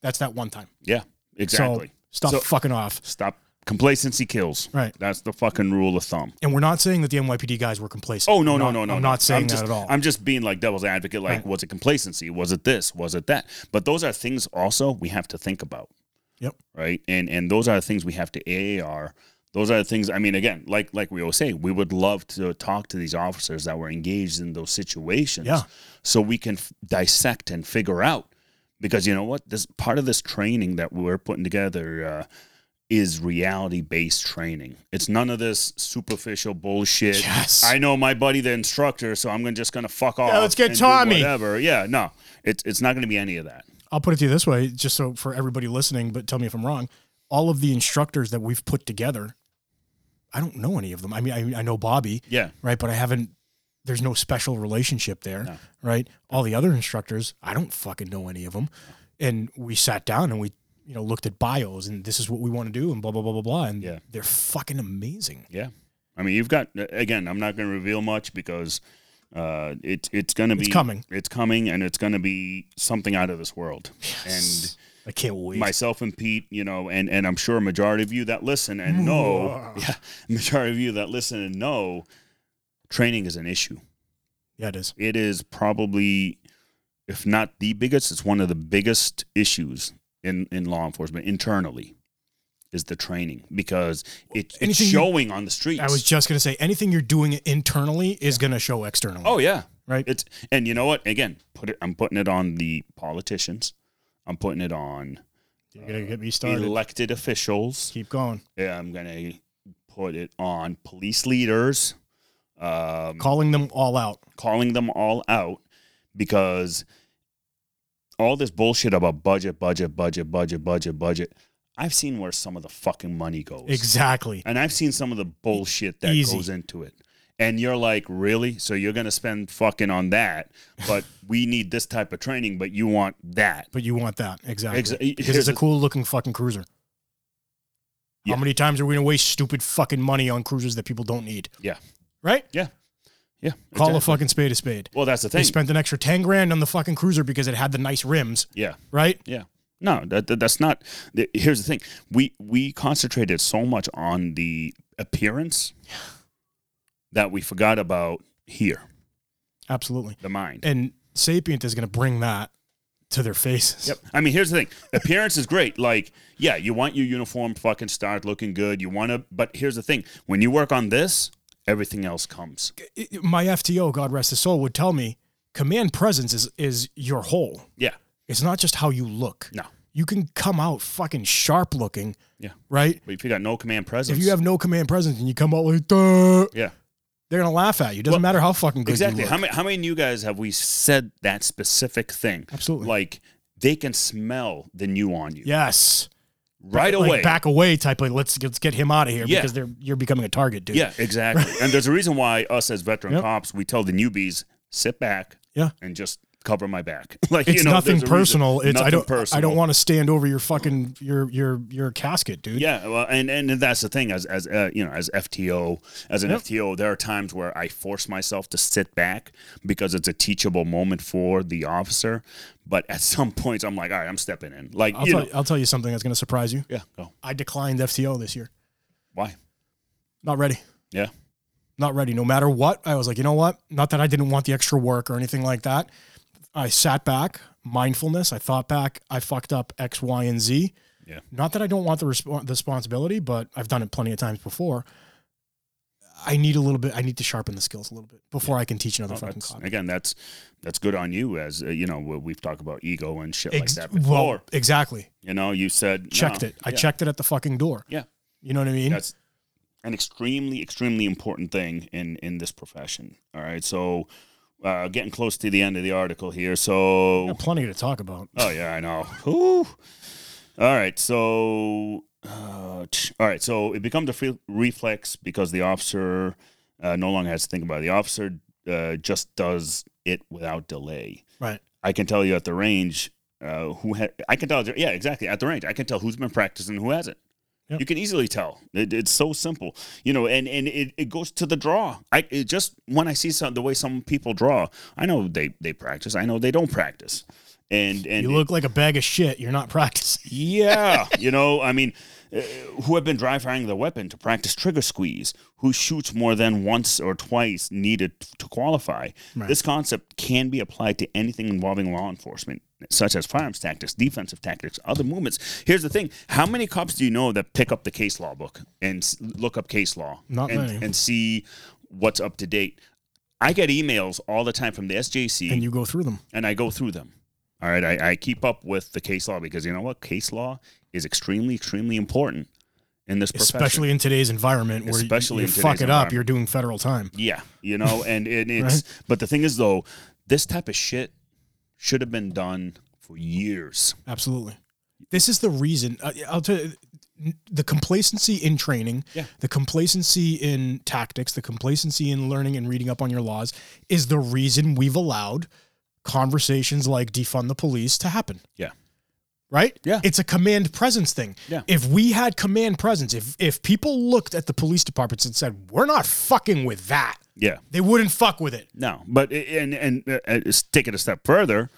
[SPEAKER 1] That's that one time.
[SPEAKER 2] Yeah. Exactly.
[SPEAKER 1] So stop
[SPEAKER 2] So-
[SPEAKER 1] fucking off.
[SPEAKER 2] Stop. Complacency kills.
[SPEAKER 1] Right.
[SPEAKER 2] That's the fucking rule of thumb.
[SPEAKER 1] And we're not saying that the NYPD guys were complacent.
[SPEAKER 2] Oh no
[SPEAKER 1] I'm
[SPEAKER 2] no
[SPEAKER 1] not-
[SPEAKER 2] no no!
[SPEAKER 1] I'm
[SPEAKER 2] no.
[SPEAKER 1] not saying
[SPEAKER 2] just,
[SPEAKER 1] that at all.
[SPEAKER 2] I'm just being like devil's advocate. Like,
[SPEAKER 1] Right.
[SPEAKER 2] was it complacency? Was it this? Was it that? But those are things also we have to think about.
[SPEAKER 1] Yep.
[SPEAKER 2] Right. And and those are the things we have to AAR. Those are the things. I mean, again, like like we always say, we would love to talk to these officers that were engaged in those situations.
[SPEAKER 1] Yeah.
[SPEAKER 2] So we can f- dissect and figure out. Because you know what, this part of this training that we're putting together. Uh, is reality based training. It's none of this superficial bullshit.
[SPEAKER 1] Yes.
[SPEAKER 2] I know my buddy, the instructor, so I'm gonna just gonna fuck off.
[SPEAKER 1] let's get
[SPEAKER 2] and do
[SPEAKER 1] Tommy.
[SPEAKER 2] Whatever. Yeah. No. It's it's not gonna be any of that.
[SPEAKER 1] I'll put it to you this way, just so for everybody listening, but tell me if I'm wrong. All of the instructors that we've put together, I don't know any of them. I mean, I, I know Bobby,
[SPEAKER 2] Yeah.
[SPEAKER 1] right? But I haven't. There's no special relationship there,
[SPEAKER 2] No.
[SPEAKER 1] right? All the other instructors, I don't fucking know any of them. And we sat down and we, you know, looked at bios and this is what we want to do and blah blah blah blah blah. And
[SPEAKER 2] Yeah.
[SPEAKER 1] they're fucking amazing.
[SPEAKER 2] Yeah. I mean, you've got again. I'm not gonna reveal much because uh, it's it's gonna be
[SPEAKER 1] It's coming.
[SPEAKER 2] It's coming, and it's gonna be something out of this world. And
[SPEAKER 1] I can't wait.
[SPEAKER 2] myself and Pete, you know, and and I'm sure a majority of you that listen and know, [LAUGHS] yeah, majority of you that listen and know, training is an issue.
[SPEAKER 1] yeah, it is.
[SPEAKER 2] it is probably, if not the biggest, it's one of the biggest issues in, in law enforcement internally is the training because it, it's
[SPEAKER 1] Anything you-
[SPEAKER 2] showing on the streets.
[SPEAKER 1] I was just gonna say anything you're doing internally is gonna show externally.
[SPEAKER 2] oh yeah,
[SPEAKER 1] right.
[SPEAKER 2] it's and you know what? Again, put it. I'm putting it on the politicians. I'm putting it on
[SPEAKER 1] you're gonna get me started.
[SPEAKER 2] elected officials.
[SPEAKER 1] Keep going.
[SPEAKER 2] Yeah, I'm gonna put it on police leaders. Um,
[SPEAKER 1] Calling them all out.
[SPEAKER 2] calling them all out because all this bullshit about budget, budget, budget, budget, budget, budget. I've seen where some of the fucking money goes.
[SPEAKER 1] Exactly.
[SPEAKER 2] And I've seen some of the bullshit that
[SPEAKER 1] Easy.
[SPEAKER 2] goes into it. And you're like, really? So you're going to spend fucking on that,
[SPEAKER 1] [LAUGHS]
[SPEAKER 2] but we need this type of training, but you want that.
[SPEAKER 1] But you want that exactly
[SPEAKER 2] Exa-
[SPEAKER 1] because
[SPEAKER 2] here's
[SPEAKER 1] it's a
[SPEAKER 2] the-
[SPEAKER 1] cool looking fucking cruiser.
[SPEAKER 2] Yeah.
[SPEAKER 1] How many times are we gonna waste stupid fucking money on cruisers that people don't need?
[SPEAKER 2] Yeah.
[SPEAKER 1] Right.
[SPEAKER 2] Yeah.
[SPEAKER 1] Call a
[SPEAKER 2] exactly.
[SPEAKER 1] fucking spade a spade.
[SPEAKER 2] Well, that's the
[SPEAKER 1] They
[SPEAKER 2] thing.
[SPEAKER 1] spent an extra ten grand on the fucking cruiser because it had the nice rims.
[SPEAKER 2] yeah.
[SPEAKER 1] Right.
[SPEAKER 2] Yeah. No, that, that- that's not. th- Here's the thing. We we concentrated so much on the appearance that we forgot about here,
[SPEAKER 1] Absolutely.
[SPEAKER 2] the mind.
[SPEAKER 1] And Sapient is gonna bring that to their faces.
[SPEAKER 2] Yep. I mean, here's the thing. Appearance is great. Like, yeah, you want your uniform fucking start looking good. You want to, but here's the thing. When you work on this, everything else comes.
[SPEAKER 1] It- it- my FTO, God rest his soul, would tell me command presence is is your whole.
[SPEAKER 2] Yeah.
[SPEAKER 1] It's not just how you look.
[SPEAKER 2] No.
[SPEAKER 1] You can come out fucking sharp looking.
[SPEAKER 2] Yeah.
[SPEAKER 1] Right.
[SPEAKER 2] But if you got no command presence,
[SPEAKER 1] If you have no command presence and you come out like that,
[SPEAKER 2] yeah,
[SPEAKER 1] they're gonna laugh at you. Doesn't
[SPEAKER 2] Well,
[SPEAKER 1] matter how fucking good
[SPEAKER 2] exactly.
[SPEAKER 1] you look.
[SPEAKER 2] How many how many new guys have we said that specific thing?
[SPEAKER 1] Absolutely.
[SPEAKER 2] Like they can smell the new on you
[SPEAKER 1] yes.
[SPEAKER 2] right
[SPEAKER 1] Like,
[SPEAKER 2] away.
[SPEAKER 1] back away type of let's let's get him out of here
[SPEAKER 2] Yeah.
[SPEAKER 1] because they're you're becoming a target, dude.
[SPEAKER 2] Yeah, exactly. and there's a reason why us as veteran
[SPEAKER 1] Yep.
[SPEAKER 2] cops, we tell the newbies, sit back,
[SPEAKER 1] Yeah.
[SPEAKER 2] and just cover my back. [LAUGHS] like
[SPEAKER 1] It's
[SPEAKER 2] you know,
[SPEAKER 1] nothing
[SPEAKER 2] there's a reason.
[SPEAKER 1] personal. It's I
[SPEAKER 2] Nothing
[SPEAKER 1] don't I
[SPEAKER 2] personal.
[SPEAKER 1] don't want to stand over your fucking your your your casket, dude.
[SPEAKER 2] Yeah, well, and and that's the thing. As as uh, you know, as FTO, as an
[SPEAKER 1] Yep.
[SPEAKER 2] FTO, there are times where I force myself to sit back because it's a teachable moment for the officer. But at [LAUGHS] some points, I'm like, all right, I'm stepping in. Like
[SPEAKER 1] I'll
[SPEAKER 2] you
[SPEAKER 1] tell
[SPEAKER 2] know,
[SPEAKER 1] I'll tell you something that's gonna surprise you.
[SPEAKER 2] yeah, go
[SPEAKER 1] I declined FTO this year.
[SPEAKER 2] why?
[SPEAKER 1] Not ready.
[SPEAKER 2] Yeah,
[SPEAKER 1] Not ready. No matter what, I was like, you know what? Not that I didn't want the extra work or anything like that. I sat back, mindfulness. I thought back. I fucked up X, Y, and Z.
[SPEAKER 2] yeah,
[SPEAKER 1] not that I don't want the resp- the responsibility, but I've done it plenty of times before. I need a little bit. I need to sharpen the skills a little bit before I can teach another
[SPEAKER 2] Oh,
[SPEAKER 1] fucking
[SPEAKER 2] that's-
[SPEAKER 1] cop.
[SPEAKER 2] again, that's that's good on you. As uh, you know, we- we've talked about ego and shit
[SPEAKER 1] Ex-
[SPEAKER 2] like that
[SPEAKER 1] well,
[SPEAKER 2] before.
[SPEAKER 1] exactly.
[SPEAKER 2] you know, you said
[SPEAKER 1] Checked
[SPEAKER 2] no.
[SPEAKER 1] it. I
[SPEAKER 2] Yeah.
[SPEAKER 1] checked it at the fucking door.
[SPEAKER 2] Yeah.
[SPEAKER 1] You know what I mean?
[SPEAKER 2] That's an extremely, extremely important thing in in this profession. All right, so uh, getting close to the end of the article here. So
[SPEAKER 1] Got plenty to talk about.
[SPEAKER 2] oh yeah, I know. Whew. All right, so uh, tch. all right, so it becomes a free reflex because the officer uh, no longer has to think about it. The officer uh, just does it without delay.
[SPEAKER 1] Right.
[SPEAKER 2] I can tell you at the range uh, who ha- I can tell. Yeah, exactly. At the range, I can tell who's been practicing and who hasn't.
[SPEAKER 1] Yep.
[SPEAKER 2] You can easily tell. It, it's so simple, you know. And and it, it goes to the draw. I it just when I see some the way some people draw, I know they they practice. I know they don't practice. And and
[SPEAKER 1] You look like a bag of shit. You're not practicing.
[SPEAKER 2] yeah, you know, I mean, uh, who have been dry firing the weapon to practice trigger squeeze, who shoots more than once or twice needed to qualify.
[SPEAKER 1] Right.
[SPEAKER 2] This concept can be applied to anything involving law enforcement, such as firearms tactics, defensive tactics, other movements. Here's the thing: how many cops do you know that pick up the case law book and s- look up case law
[SPEAKER 1] Not
[SPEAKER 2] and,
[SPEAKER 1] many.
[SPEAKER 2] and see what's up to date? I get emails all the time from the SJC
[SPEAKER 1] And you go through them.
[SPEAKER 2] and I go through them. All right, I, I keep up with the case law because you know what? Case law is extremely, extremely important in this profession.
[SPEAKER 1] Especially in today's environment where
[SPEAKER 2] Especially
[SPEAKER 1] you,
[SPEAKER 2] in
[SPEAKER 1] you
[SPEAKER 2] today's
[SPEAKER 1] fuck it up,
[SPEAKER 2] environment.
[SPEAKER 1] you're doing federal time.
[SPEAKER 2] yeah,
[SPEAKER 1] [LAUGHS]
[SPEAKER 2] you know, and it, it's but the thing is though, this type of shit should have been done for years.
[SPEAKER 1] Absolutely. This is the reason. Uh, I'll tell you, the complacency in training,
[SPEAKER 2] Yeah.
[SPEAKER 1] the complacency in tactics, the complacency in learning and reading up on your laws is the reason we've allowed conversations like defund the police to happen.
[SPEAKER 2] Yeah.
[SPEAKER 1] Right?
[SPEAKER 2] Yeah.
[SPEAKER 1] It's a command presence thing.
[SPEAKER 2] Yeah.
[SPEAKER 1] If we had command presence, if if people looked at the police departments and said, "We're not fucking with that,"
[SPEAKER 2] Yeah,
[SPEAKER 1] they wouldn't fuck with it.
[SPEAKER 2] no, but i- and and uh, uh, just take it a step further.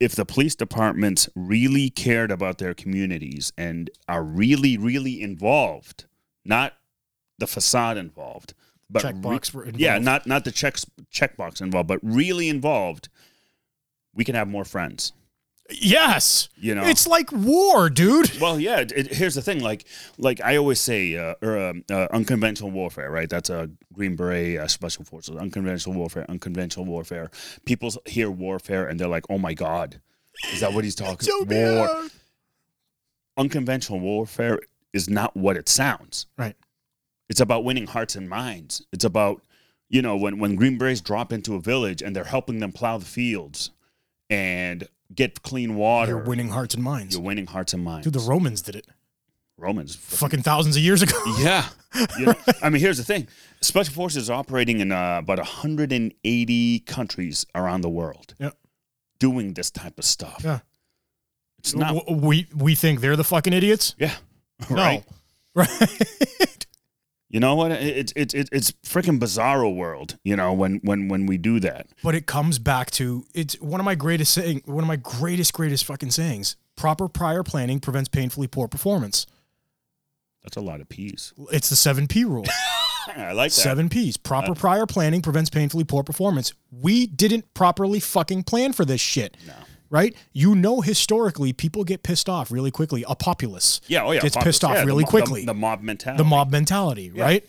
[SPEAKER 2] If the police departments really cared about their communities and are really, really involved, not the facade involved, but re-
[SPEAKER 1] Checkbox were involved.
[SPEAKER 2] yeah, not not the checks checkbox involved, but really involved, we can have more friends.
[SPEAKER 1] yes.
[SPEAKER 2] You know,
[SPEAKER 1] It's like war, dude.
[SPEAKER 2] well, yeah. It, it- here's the thing, like like I always say, uh, or, um, uh, unconventional warfare, right? That's a Green Beret, uh, Special Forces, unconventional warfare, unconventional warfare. People hear warfare and they're like, oh my god, is that what he's talking?
[SPEAKER 1] Joe
[SPEAKER 2] War,
[SPEAKER 1] Biden.
[SPEAKER 2] unconventional warfare is not what it sounds.
[SPEAKER 1] Right.
[SPEAKER 2] It's about winning hearts and minds. It's about, you know, when, when Green Berets drop into a village and they're helping them plow the fields and get clean water.
[SPEAKER 1] You're winning hearts and minds.
[SPEAKER 2] You're winning hearts and minds.
[SPEAKER 1] Dude, the Romans did it
[SPEAKER 2] Romans.
[SPEAKER 1] fucking thousands of years ago.
[SPEAKER 2] Yeah. You know, [LAUGHS] I mean, here's the thing Special Forces are operating in uh, about 180 countries around the world
[SPEAKER 1] Yeah.
[SPEAKER 2] doing this type of stuff.
[SPEAKER 1] [LAUGHS] Yeah.
[SPEAKER 2] It's not.
[SPEAKER 1] W- we we think they're the fucking
[SPEAKER 2] [LAUGHS]
[SPEAKER 1] idiots.
[SPEAKER 2] yeah. Right.
[SPEAKER 1] No, [LAUGHS] right?
[SPEAKER 2] You know what? It's it's it's it's freaking bizarro world. You know when when when we do that.
[SPEAKER 1] but it comes back to it's one of my greatest saying, one of my greatest greatest fucking sayings. Proper prior planning prevents painfully poor performance.
[SPEAKER 2] That's a lot of peas.
[SPEAKER 1] It's the seven P rule.
[SPEAKER 2] I like that.
[SPEAKER 1] Seven P's.
[SPEAKER 2] Uh,
[SPEAKER 1] Proper prior planning prevents painfully poor performance. We didn't properly fucking plan for this shit.
[SPEAKER 2] No.
[SPEAKER 1] Right? You know, historically, people get pissed off really quickly. A populace.
[SPEAKER 2] Yeah. Oh yeah.
[SPEAKER 1] Gets
[SPEAKER 2] Populous.
[SPEAKER 1] pissed off
[SPEAKER 2] Yeah, the
[SPEAKER 1] really
[SPEAKER 2] mo-
[SPEAKER 1] quickly.
[SPEAKER 2] The, the mob mentality.
[SPEAKER 1] the mob mentality, right?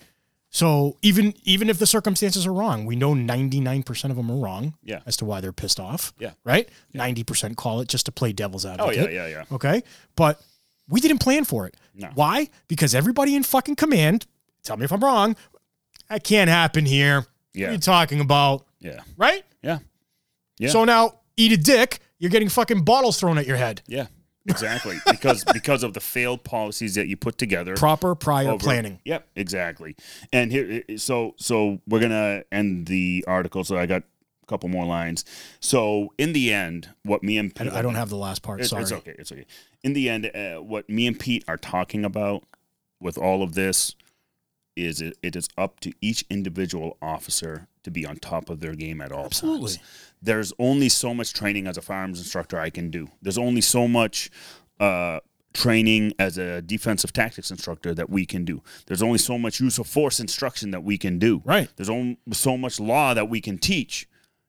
[SPEAKER 1] So even even if the circumstances are wrong, we know 99% of them are wrong
[SPEAKER 2] Yeah.
[SPEAKER 1] as to why they're pissed off.
[SPEAKER 2] Yeah.
[SPEAKER 1] Right? 90% call it just to play devil's
[SPEAKER 2] Oh
[SPEAKER 1] advocate.
[SPEAKER 2] yeah. Yeah. Yeah.
[SPEAKER 1] Okay. But we didn't plan for it.
[SPEAKER 2] No.
[SPEAKER 1] Why? Because everybody in fucking command, tell me if I'm wrong, that can't happen here. What are
[SPEAKER 2] Yeah.
[SPEAKER 1] you talking about?
[SPEAKER 2] Yeah.
[SPEAKER 1] Right?
[SPEAKER 2] Yeah. Yeah.
[SPEAKER 1] So now eat a dick, you're getting fucking bottles thrown at your head.
[SPEAKER 2] Yeah. Exactly. because [LAUGHS] because of the failed policies that you put together.
[SPEAKER 1] Proper prior
[SPEAKER 2] over-
[SPEAKER 1] planning.
[SPEAKER 2] Yep, exactly. And here, so so we're gonna end the article. So I got a couple more lines. So in the end, what me and
[SPEAKER 1] I, I don't have the last part.
[SPEAKER 2] It-
[SPEAKER 1] Sorry.
[SPEAKER 2] It's okay. It's okay. In the end, uh, what me and Pete are talking about with all of this is it, it is up to each individual officer to be on top of their game at all
[SPEAKER 1] Absolutely.
[SPEAKER 2] times. There's only so much training as a firearms instructor I can do. There's only so much uh, training as a defensive tactics instructor that we can do. There's only so much use of force instruction that we can do.
[SPEAKER 1] Right.
[SPEAKER 2] There's only so much law that we can teach.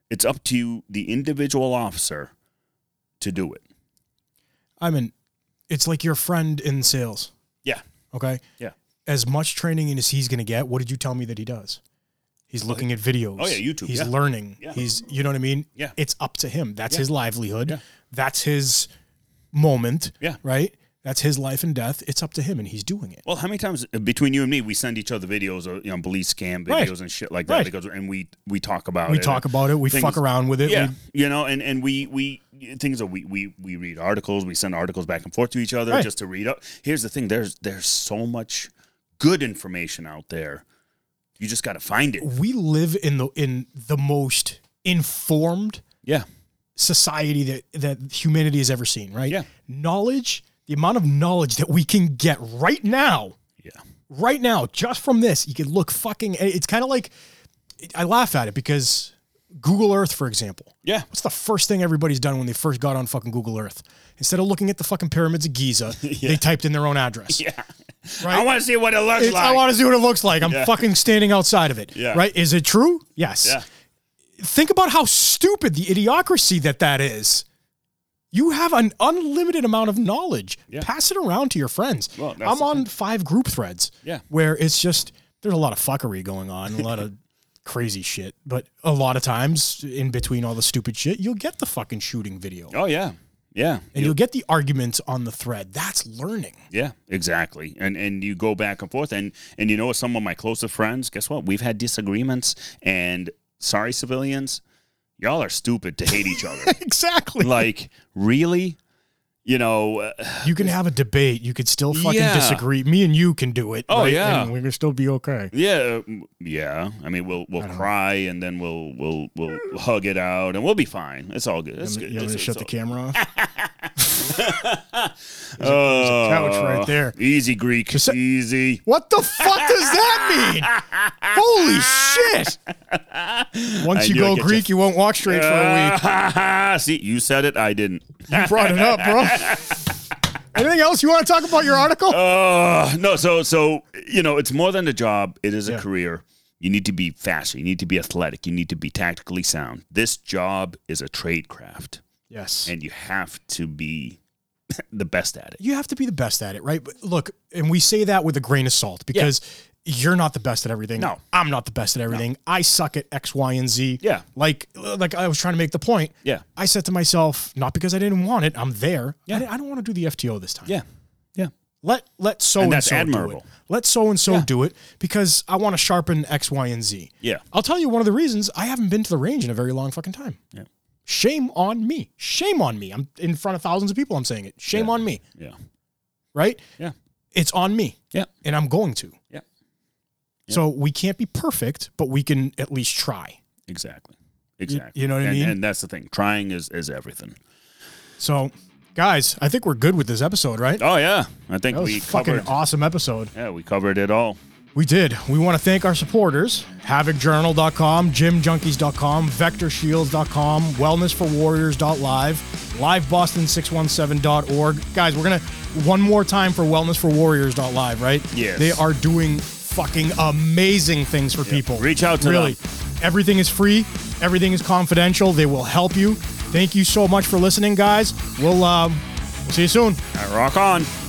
[SPEAKER 2] It's up to the individual officer to do it.
[SPEAKER 1] I mean, it's like your friend in sales.
[SPEAKER 2] Yeah.
[SPEAKER 1] Okay.
[SPEAKER 2] Yeah.
[SPEAKER 1] As much training as he's going to get, what did you tell me that he does? He's looking at videos.
[SPEAKER 2] Oh, yeah, YouTube,
[SPEAKER 1] He's
[SPEAKER 2] yeah.
[SPEAKER 1] learning.
[SPEAKER 2] Yeah.
[SPEAKER 1] He's, you know what I mean?
[SPEAKER 2] Yeah.
[SPEAKER 1] It's up to him. That's
[SPEAKER 2] Yeah.
[SPEAKER 1] his livelihood.
[SPEAKER 2] Yeah.
[SPEAKER 1] That's his moment.
[SPEAKER 2] Yeah.
[SPEAKER 1] Right. That's his life and death. It's up to him, and he's doing it.
[SPEAKER 2] Well, how many times uh, between you and me we send each other videos of you know police scam videos
[SPEAKER 1] Right.
[SPEAKER 2] and shit like that
[SPEAKER 1] Right.
[SPEAKER 2] because and we we talk about
[SPEAKER 1] We
[SPEAKER 2] it.
[SPEAKER 1] talk about it. We
[SPEAKER 2] things-
[SPEAKER 1] fuck around with it.
[SPEAKER 2] yeah,
[SPEAKER 1] We-
[SPEAKER 2] you know, and and we we things that we we we read articles, we send articles back and forth to each other
[SPEAKER 1] Right.
[SPEAKER 2] just to read up. Here's the thing: there's there's so much good information out there. You just got to find it.
[SPEAKER 1] we live in the in the most informed
[SPEAKER 2] Yeah,
[SPEAKER 1] society that that humanity has ever seen. Right.
[SPEAKER 2] Yeah.
[SPEAKER 1] Knowledge. The amount of knowledge that we can get right now.
[SPEAKER 2] yeah,
[SPEAKER 1] right now, just from this, you could look fucking. It's kind of like I laugh at it because Google Earth, for example,
[SPEAKER 2] yeah,
[SPEAKER 1] what's the first thing everybody's done when they first got on fucking Google Earth? Instead of looking at the fucking pyramids of Giza, they typed in their own address.
[SPEAKER 2] yeah. I
[SPEAKER 1] Right.
[SPEAKER 2] want to see what it looks
[SPEAKER 1] It's-
[SPEAKER 2] like.
[SPEAKER 1] I want to see what it looks like. I'm
[SPEAKER 2] Yeah.
[SPEAKER 1] fucking standing outside of it.
[SPEAKER 2] Yeah.
[SPEAKER 1] Right? Is it true? Yes.
[SPEAKER 2] yeah,
[SPEAKER 1] Think about how stupid the idiocracy that that is. You have an unlimited amount of knowledge.
[SPEAKER 2] Yeah.
[SPEAKER 1] Pass it around to your friends.
[SPEAKER 2] Well, that's
[SPEAKER 1] I'm
[SPEAKER 2] the
[SPEAKER 1] on five group threads
[SPEAKER 2] yeah,
[SPEAKER 1] where it's just there's a lot of fuckery going on, a lot of [LAUGHS] crazy shit. But a lot of times in between all the stupid shit, you'll get the fucking shooting video.
[SPEAKER 2] oh yeah, yeah.
[SPEAKER 1] And you'll get the arguments on the thread. That's learning. [LAUGHS]
[SPEAKER 2] Yeah, exactly. And and you go back and forth and and you know what some of my closest friends, guess what? We've had disagreements and sorry civilians, y'all are stupid to hate
[SPEAKER 1] [LAUGHS]
[SPEAKER 2] each other.
[SPEAKER 1] Exactly.
[SPEAKER 2] like really? You know, uh,
[SPEAKER 1] you can have a debate. You could still fucking
[SPEAKER 2] Yeah.
[SPEAKER 1] disagree. Me and you can do it.
[SPEAKER 2] Oh, yeah.
[SPEAKER 1] And we're gonna still be okay.
[SPEAKER 2] yeah, um, yeah. I mean, we'll we'll cry and then we'll we'll we'll hug it out and we'll be fine. It's all good. It's
[SPEAKER 1] You
[SPEAKER 2] good.
[SPEAKER 1] want Um, me to
[SPEAKER 2] It's-
[SPEAKER 1] shut the
[SPEAKER 2] it's
[SPEAKER 1] camera
[SPEAKER 2] [LAUGHS]
[SPEAKER 1] off?
[SPEAKER 2] all- oh,
[SPEAKER 1] couch right there.
[SPEAKER 2] Easy Greek,
[SPEAKER 1] Just a-
[SPEAKER 2] easy.
[SPEAKER 1] What the fuck does that mean? Holy shit! Once
[SPEAKER 2] I
[SPEAKER 1] you
[SPEAKER 2] knew I'd
[SPEAKER 1] go
[SPEAKER 2] get you.
[SPEAKER 1] Greek, you won't walk straight for a week.
[SPEAKER 2] [LAUGHS] See, you said it. I didn't.
[SPEAKER 1] You brought it up,
[SPEAKER 2] [LAUGHS]
[SPEAKER 1] bro. Anything else you want to talk about your article?
[SPEAKER 2] Uh, no, so so you know, it's more than a job. It is a
[SPEAKER 1] Yeah.
[SPEAKER 2] career. You need to be faster. You need to be athletic. You need to be tactically sound. This job is a trade craft,
[SPEAKER 1] yes.
[SPEAKER 2] and you have to be [LAUGHS] the best at it.
[SPEAKER 1] you have to be the best at it, right? But look, and we say that with a grain of salt because you're not the best at everything.
[SPEAKER 2] No.
[SPEAKER 1] I'm not the best at everything. I suck at X, Y, and Z.
[SPEAKER 2] Yeah.
[SPEAKER 1] Like, like I was trying to make the point.
[SPEAKER 2] Yeah,
[SPEAKER 1] I said to myself, not because I didn't want it. I'm there. Yeah. I, di- I don't want to do the FTO this time.
[SPEAKER 2] yeah, yeah.
[SPEAKER 1] Let let so
[SPEAKER 2] And
[SPEAKER 1] and,
[SPEAKER 2] that's
[SPEAKER 1] so do it.
[SPEAKER 2] admirable.
[SPEAKER 1] Let so and so
[SPEAKER 2] Yeah.
[SPEAKER 1] do it because I want to sharpen X, Y, and Z.
[SPEAKER 2] Yeah.
[SPEAKER 1] I'll tell you one of the reasons I haven't been to the range in a very long fucking time.
[SPEAKER 2] Yeah.
[SPEAKER 1] Shame on me. Shame on me. I'm in front of thousands of people. I'm saying it. Shame
[SPEAKER 2] Yeah.
[SPEAKER 1] on me.
[SPEAKER 2] Yeah.
[SPEAKER 1] Right?
[SPEAKER 2] Yeah.
[SPEAKER 1] It's on me.
[SPEAKER 2] Yeah.
[SPEAKER 1] And I'm going to.
[SPEAKER 2] Yeah.
[SPEAKER 1] So we can't be perfect, but we can at least try.
[SPEAKER 2] Exactly. Exactly.
[SPEAKER 1] you know what I
[SPEAKER 2] and,
[SPEAKER 1] mean?
[SPEAKER 2] And that's the thing. Trying is, is everything.
[SPEAKER 1] So, guys, I think we're good with this episode, right?
[SPEAKER 2] Oh yeah. I think
[SPEAKER 1] That was
[SPEAKER 2] we
[SPEAKER 1] a fucking
[SPEAKER 2] covered.
[SPEAKER 1] awesome episode.
[SPEAKER 2] Yeah, we covered it all.
[SPEAKER 1] We did. We want to thank our supporters HavocJournal.com, JimJunkies.com, VectorShields.com, WellnessForWarriors.live, LiveBoston617.org. Guys, we're going to one more time for WellnessForWarriors.live, right?
[SPEAKER 2] Yes.
[SPEAKER 1] They are doing fucking amazing things for people.
[SPEAKER 2] Reach out to
[SPEAKER 1] Really.
[SPEAKER 2] them.
[SPEAKER 1] Everything is free, everything is confidential. They will help you. Thank you so much for listening, guys. uh, We'll, um, we'll see you soon.
[SPEAKER 2] All right, rock on.